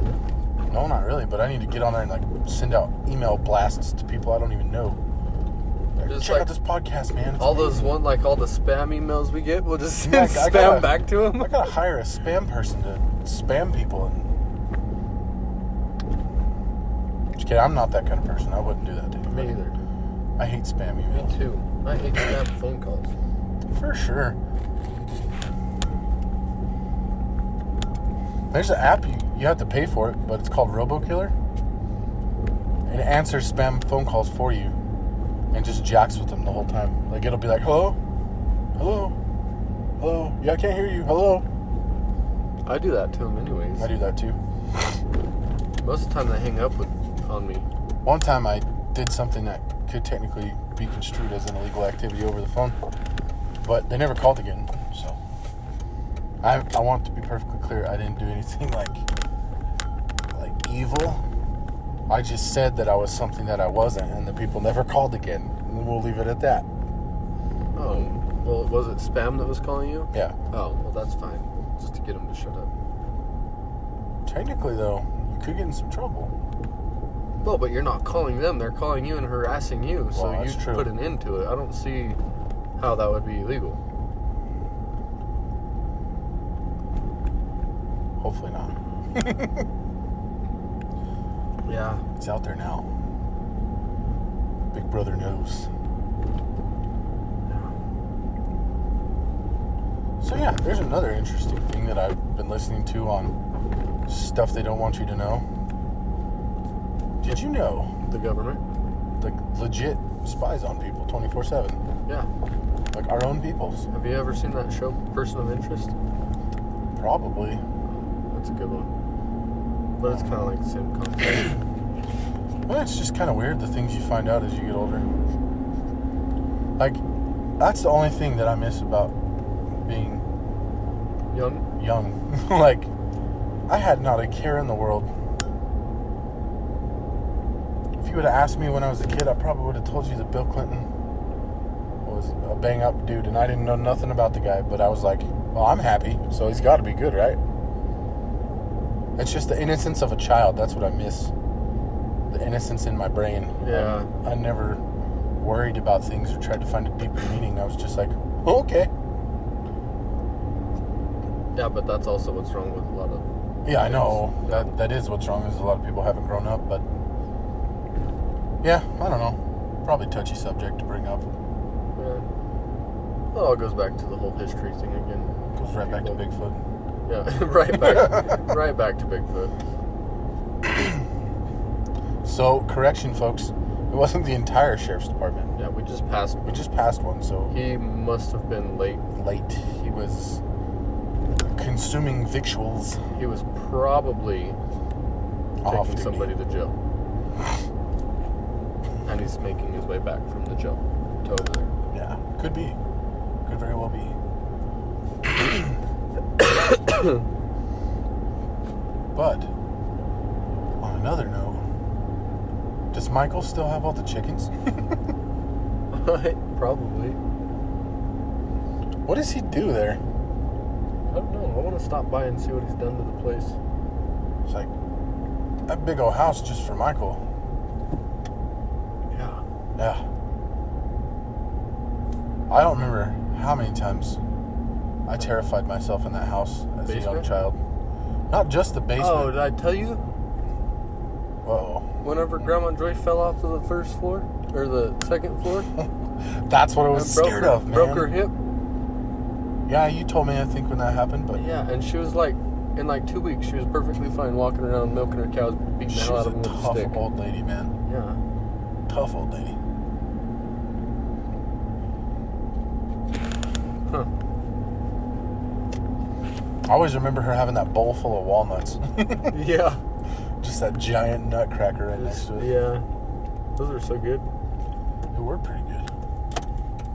[SPEAKER 1] No, not really, but I need to get on there and like send out email blasts to people I don't even know. Like,
[SPEAKER 2] Just
[SPEAKER 1] Check
[SPEAKER 2] like-
[SPEAKER 1] out this podcast, man. It's
[SPEAKER 2] All those
[SPEAKER 1] amazing."
[SPEAKER 2] one like all the spam emails we get, we'll just send
[SPEAKER 1] Like, I
[SPEAKER 2] spam
[SPEAKER 1] gotta-
[SPEAKER 2] back to
[SPEAKER 1] I
[SPEAKER 2] him.
[SPEAKER 1] gotta hire a spam person to spam people and. Just kidding, I'm not that kind of person. I wouldn't do that to
[SPEAKER 2] Me
[SPEAKER 1] anybody.
[SPEAKER 2] either.
[SPEAKER 1] I hate spam
[SPEAKER 2] Me
[SPEAKER 1] emails.
[SPEAKER 2] too. I hate spam phone calls.
[SPEAKER 1] For sure. There's an app you, you have to pay for it, but it's called RoboKiller. And it answers spam phone calls for you and just jacks with them the whole time. Like it'll be like, hello? Hello? Hello? Yeah, I can't hear you. Hello?
[SPEAKER 2] I do that to him anyways.
[SPEAKER 1] I do that too.
[SPEAKER 2] Most of the time they hang up with on me.
[SPEAKER 1] One time I did something that could technically be construed as an illegal activity over the phone, but they never called again. So I, I want to be perfectly clear. I didn't do anything like like evil. I just said that I was something that I wasn't, and the people never called again. And we'll leave it at that.
[SPEAKER 2] Oh, well, was it spam that was calling you?
[SPEAKER 1] Yeah.
[SPEAKER 2] Oh, well, that's fine. Just to get him to shut up.
[SPEAKER 1] Technically, though, you could get in some trouble.
[SPEAKER 2] Well, but you're not calling them. They're calling you and harassing you. so
[SPEAKER 1] Well,
[SPEAKER 2] you
[SPEAKER 1] that's true.
[SPEAKER 2] put an end to it. I don't see how that would be illegal.
[SPEAKER 1] Hopefully not.
[SPEAKER 2] Yeah.
[SPEAKER 1] It's out there now. Big Brother knows. So yeah, there's another interesting thing that I've been listening to on stuff they don't want you to know. Did you know
[SPEAKER 2] The government.
[SPEAKER 1] like legit spies on people 24/7?
[SPEAKER 2] Yeah.
[SPEAKER 1] Like our own peoples,
[SPEAKER 2] Have you ever seen that show, Person of Interest?
[SPEAKER 1] probably.
[SPEAKER 2] That's a good one. But it's kind of like the same concept.
[SPEAKER 1] Well, it's just kind of weird the things you find out as you get older. Like that's the only thing that I miss about being
[SPEAKER 2] Young.
[SPEAKER 1] young. like, I had not a care in the world. If you would have asked me when I was a kid, I probably would have told you that Bill Clinton was a bang up dude, and I didn't know nothing about the guy, but I was like, well, I'm happy, so he's got to be good, right? It's just the innocence of a child. That's what I miss. The innocence in my brain.
[SPEAKER 2] Yeah.
[SPEAKER 1] I never worried about things or tried to find a deeper meaning. I was just like, "Oh, okay.
[SPEAKER 2] Yeah, but that's also what's wrong with a lot of.
[SPEAKER 1] Yeah, I know that that is what's wrong. Is a lot of people haven't grown up, but yeah, I don't know. Probably touchy subject to bring up.
[SPEAKER 2] Yeah. It all goes back to the whole history thing again.
[SPEAKER 1] Goes right back to Bigfoot.
[SPEAKER 2] Yeah, right back, right back to Bigfoot.
[SPEAKER 1] So correction, folks, it wasn't the entire sheriff's department.
[SPEAKER 2] Yeah, we just passed.
[SPEAKER 1] We just passed one, so
[SPEAKER 2] He must have been late.
[SPEAKER 1] late. He was consuming victuals
[SPEAKER 2] He was probably
[SPEAKER 1] off duty.
[SPEAKER 2] taking somebody to jail, and he's making his way back from the jail to over there.
[SPEAKER 1] Yeah, could be. Could very well be. but on another note, Does Michael still have all the chickens?
[SPEAKER 2] Probably.
[SPEAKER 1] What does he do there?
[SPEAKER 2] I don't know. I want to stop by and see what he's done to the place.
[SPEAKER 1] It's like that big old house just for Michael.
[SPEAKER 2] Yeah.
[SPEAKER 1] Yeah. I don't remember how many times I terrified myself in that house as a young
[SPEAKER 2] Basement?
[SPEAKER 1] child. Not just the
[SPEAKER 2] Oh,
[SPEAKER 1] basement.
[SPEAKER 2] did I tell you?
[SPEAKER 1] Whoa.
[SPEAKER 2] Whenever Grandma Joy fell off of the first floor or the second floor,
[SPEAKER 1] That's what I was
[SPEAKER 2] and broke
[SPEAKER 1] scared
[SPEAKER 2] her-
[SPEAKER 1] of, man.
[SPEAKER 2] broke her hip.
[SPEAKER 1] Yeah, you told me I think when that happened, but
[SPEAKER 2] Yeah, and she was like, in like two weeks, she was perfectly fine walking around, milking her cows, beating the
[SPEAKER 1] she
[SPEAKER 2] hell out
[SPEAKER 1] was a
[SPEAKER 2] of them with a
[SPEAKER 1] tough
[SPEAKER 2] stick.
[SPEAKER 1] old lady, man.
[SPEAKER 2] Yeah.
[SPEAKER 1] Tough old lady.
[SPEAKER 2] Huh.
[SPEAKER 1] I always remember her having that bowl full of walnuts.
[SPEAKER 2] yeah.
[SPEAKER 1] just that giant nutcracker right next to
[SPEAKER 2] Just-
[SPEAKER 1] it.
[SPEAKER 2] yeah. Those are so good.
[SPEAKER 1] They were pretty good.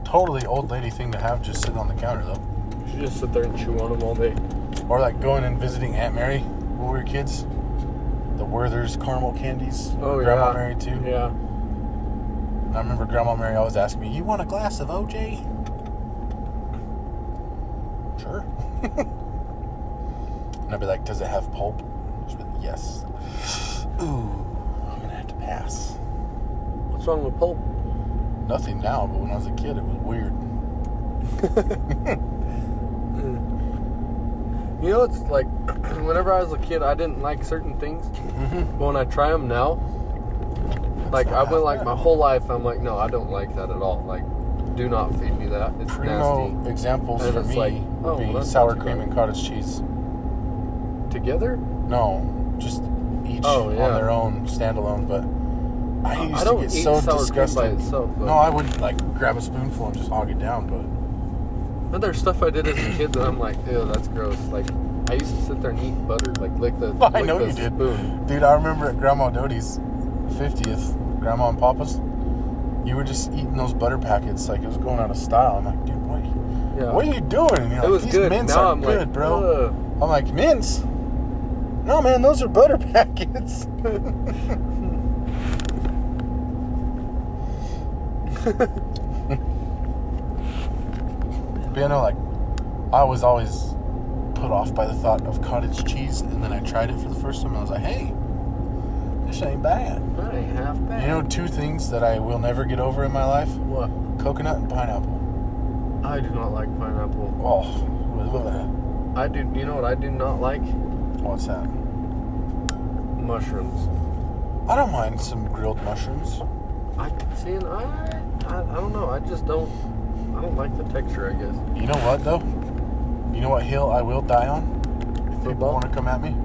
[SPEAKER 1] Totally old lady thing to have just sitting on the counter though.
[SPEAKER 2] You should just sit there and chew on them all day.
[SPEAKER 1] Or like going and visiting Aunt Mary when we were kids. The Werther's caramel candies.
[SPEAKER 2] Oh
[SPEAKER 1] Grandma
[SPEAKER 2] yeah.
[SPEAKER 1] Mary too.
[SPEAKER 2] Yeah.
[SPEAKER 1] And I remember Grandma Mary always asking me, You want a glass of OJ? Sure. and I'd be like, Does it have pulp? She'd be like, Yes. Ooh, I'm gonna have to pass.
[SPEAKER 2] What's wrong with pulp?
[SPEAKER 1] Nothing now, but when I was a kid, it was weird.
[SPEAKER 2] You know, it's like whenever I was a kid, I didn't like certain things.
[SPEAKER 1] Mm-hmm.
[SPEAKER 2] But when I try them now, like
[SPEAKER 1] not
[SPEAKER 2] I went
[SPEAKER 1] half
[SPEAKER 2] like
[SPEAKER 1] bad.
[SPEAKER 2] my whole life, I'm like, no, I don't like that at all. Like, do not feed me that. It's
[SPEAKER 1] Primo
[SPEAKER 2] nasty.
[SPEAKER 1] examples
[SPEAKER 2] And
[SPEAKER 1] for
[SPEAKER 2] it's
[SPEAKER 1] me
[SPEAKER 2] like,
[SPEAKER 1] would
[SPEAKER 2] oh, well,
[SPEAKER 1] be
[SPEAKER 2] that's
[SPEAKER 1] sour
[SPEAKER 2] not too
[SPEAKER 1] cream
[SPEAKER 2] bad.
[SPEAKER 1] and cottage cheese.
[SPEAKER 2] Together,
[SPEAKER 1] No, just each
[SPEAKER 2] Oh, yeah.
[SPEAKER 1] on their own, standalone. But I
[SPEAKER 2] I
[SPEAKER 1] used
[SPEAKER 2] don't
[SPEAKER 1] to get
[SPEAKER 2] eat
[SPEAKER 1] so
[SPEAKER 2] sour cream by
[SPEAKER 1] disgusted.
[SPEAKER 2] itself, though.
[SPEAKER 1] no, I would like grab a spoonful and just hog it down. But
[SPEAKER 2] but there's stuff I did as a kid that I'm like, ew, that's gross. Like, I used to sit there and eat butter, like lick the.
[SPEAKER 1] I
[SPEAKER 2] lick
[SPEAKER 1] know
[SPEAKER 2] the
[SPEAKER 1] you did,
[SPEAKER 2] Spoon.
[SPEAKER 1] dude. I remember at Grandma Doty's fiftieth, Grandma and Papa's. You were just eating those butter packets like it was going out of style. I'm like, dude, what? Are you,
[SPEAKER 2] Yeah.
[SPEAKER 1] What are you doing? And you're
[SPEAKER 2] It
[SPEAKER 1] like,
[SPEAKER 2] was
[SPEAKER 1] These
[SPEAKER 2] good.
[SPEAKER 1] mints
[SPEAKER 2] now
[SPEAKER 1] are
[SPEAKER 2] I'm
[SPEAKER 1] good,
[SPEAKER 2] like,
[SPEAKER 1] bro.
[SPEAKER 2] ugh.
[SPEAKER 1] I'm like, mints? No, man, those are butter packets. but you know, like, I was always put off by the thought of cottage cheese, and then I tried it for the first time, and I was like, hey, this ain't bad.
[SPEAKER 2] Not a half bad.
[SPEAKER 1] You know, two things that I will never get over in my life
[SPEAKER 2] what?
[SPEAKER 1] coconut and pineapple.
[SPEAKER 2] I do not like pineapple.
[SPEAKER 1] Oh, bleh.
[SPEAKER 2] I do. You know what? I do not like
[SPEAKER 1] what's that?
[SPEAKER 2] mushrooms.
[SPEAKER 1] I don't mind some grilled mushrooms.
[SPEAKER 2] I see, and I, I, I don't know. I just don't. I don't like the texture. I guess.
[SPEAKER 1] You know what though? You know what hill I will die on? If people
[SPEAKER 2] Football?
[SPEAKER 1] want to come at me,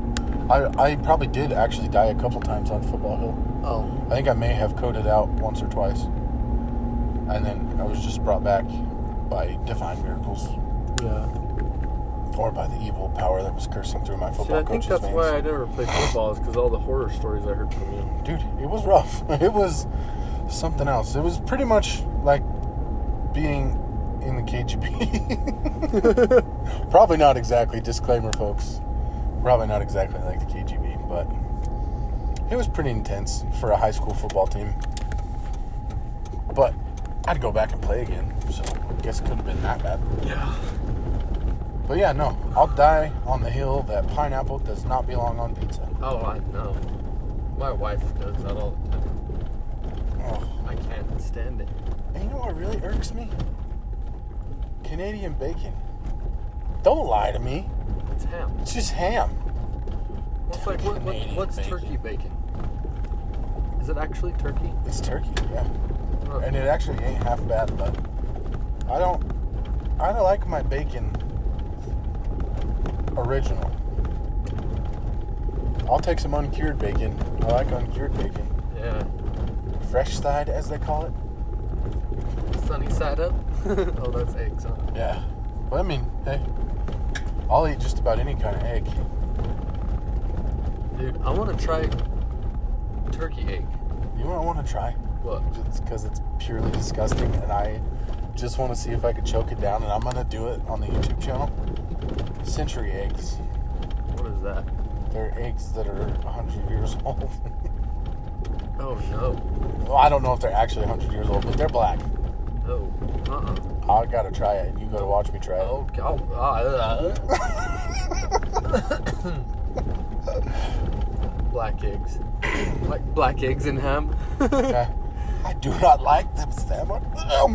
[SPEAKER 1] I I probably did actually die a couple times on football hill.
[SPEAKER 2] Oh,
[SPEAKER 1] I think I may have coded out once or twice, and then I was just brought back by divine miracles
[SPEAKER 2] yeah.
[SPEAKER 1] or by the evil power that was cursing through my
[SPEAKER 2] See,
[SPEAKER 1] football
[SPEAKER 2] I think
[SPEAKER 1] coach's
[SPEAKER 2] that's
[SPEAKER 1] veins.
[SPEAKER 2] why I never played football is because all the horror stories I heard from you.
[SPEAKER 1] Dude, it was rough. It was something else. It was pretty much like being in the KGB. Probably not exactly, disclaimer, folks. Probably not exactly like the KGB, but it was pretty intense for a high school football team. But I'd go back and play again, so I guess it couldn't have been that bad.
[SPEAKER 2] Yeah.
[SPEAKER 1] But yeah, no, I'll die on the hill that pineapple does not belong on pizza.
[SPEAKER 2] Oh, I know. My wife does that all the time.
[SPEAKER 1] Ugh.
[SPEAKER 2] I can't stand it.
[SPEAKER 1] And you know what really irks me? Canadian bacon. Don't lie to me.
[SPEAKER 2] It's ham.
[SPEAKER 1] It's just ham.
[SPEAKER 2] It's like what, what,
[SPEAKER 1] Canadian
[SPEAKER 2] what's
[SPEAKER 1] bacon.
[SPEAKER 2] turkey bacon? Is it actually turkey? Oh,
[SPEAKER 1] It's turkey, yeah.
[SPEAKER 2] Huh.
[SPEAKER 1] And it actually ain't half bad, but I don't I don't like my bacon original. I'll take some uncured bacon. I like uncured bacon.
[SPEAKER 2] Yeah.
[SPEAKER 1] Fresh side as they call it.
[SPEAKER 2] Sunny side up. oh, that's eggs. Huh?
[SPEAKER 1] Yeah. Well I mean, hey. I'll eat just about any kind of egg.
[SPEAKER 2] Dude, I want to try turkey egg.
[SPEAKER 1] You wanna wanna try?
[SPEAKER 2] What?
[SPEAKER 1] just because it's purely disgusting and I just want to see if I could choke it down and I'm gonna do it on the YouTube channel. Century eggs.
[SPEAKER 2] What is that?
[SPEAKER 1] They're eggs that are 100 years old.
[SPEAKER 2] Oh no.
[SPEAKER 1] Well, I don't know if they're actually 100 years old, but they're black.
[SPEAKER 2] No. Uh uh
[SPEAKER 1] I gotta try it. You gotta watch me try it.
[SPEAKER 2] Oh, God. Uh, black eggs. Like black eggs and ham.
[SPEAKER 1] Yeah. I do not like them, Sam. Um.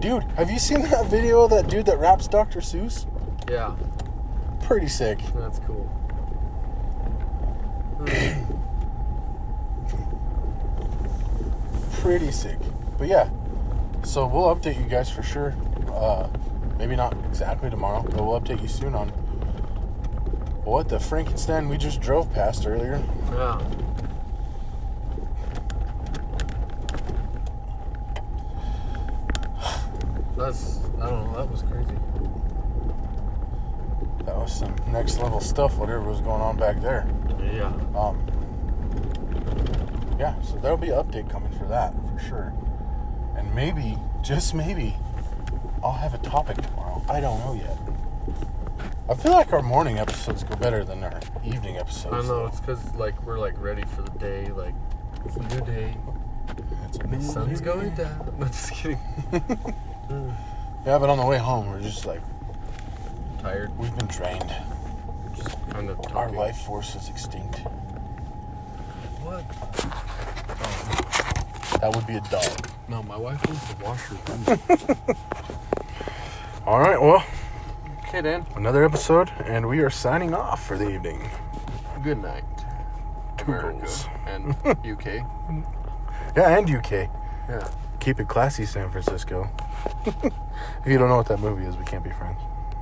[SPEAKER 1] dude, have you seen that video of that dude that raps Dr. Seuss?
[SPEAKER 2] yeah,
[SPEAKER 1] Pretty sick.
[SPEAKER 2] that's cool.
[SPEAKER 1] Pretty sick. But yeah, so we'll update you guys for sure. Uh, maybe not exactly tomorrow, but we'll update you soon on what the Frankenstein we just drove past earlier.
[SPEAKER 2] Yeah. That's I don't know. That was crazy.
[SPEAKER 1] That was some next level stuff, whatever was going on back there.
[SPEAKER 2] Yeah.
[SPEAKER 1] Um, yeah, so there'll be an update coming for that for sure. And maybe, just maybe, I'll have a topic tomorrow. I don't know yet. I feel like our morning episodes go better than our evening episodes.
[SPEAKER 2] I know it's because like we're like ready for the day. Like it's a new day.
[SPEAKER 1] It's a new
[SPEAKER 2] The sun's
[SPEAKER 1] day.
[SPEAKER 2] going down. I'm just kidding.
[SPEAKER 1] Yeah, but on the way home, we're just like,
[SPEAKER 2] Tired.
[SPEAKER 1] we've been drained.
[SPEAKER 2] Just kind of
[SPEAKER 1] Our
[SPEAKER 2] talking.
[SPEAKER 1] life force is extinct.
[SPEAKER 2] What?
[SPEAKER 1] That would be a dog.
[SPEAKER 2] No, my wife wants to wash her
[SPEAKER 1] All right, well,
[SPEAKER 2] okay, Dan.
[SPEAKER 1] another episode, and we are signing off for the evening.
[SPEAKER 2] Good night, America
[SPEAKER 1] Toodles.
[SPEAKER 2] and UK.
[SPEAKER 1] Yeah, and UK.
[SPEAKER 2] Yeah.
[SPEAKER 1] Keep it classy, San Francisco. if you don't know what that movie is, we can't be friends.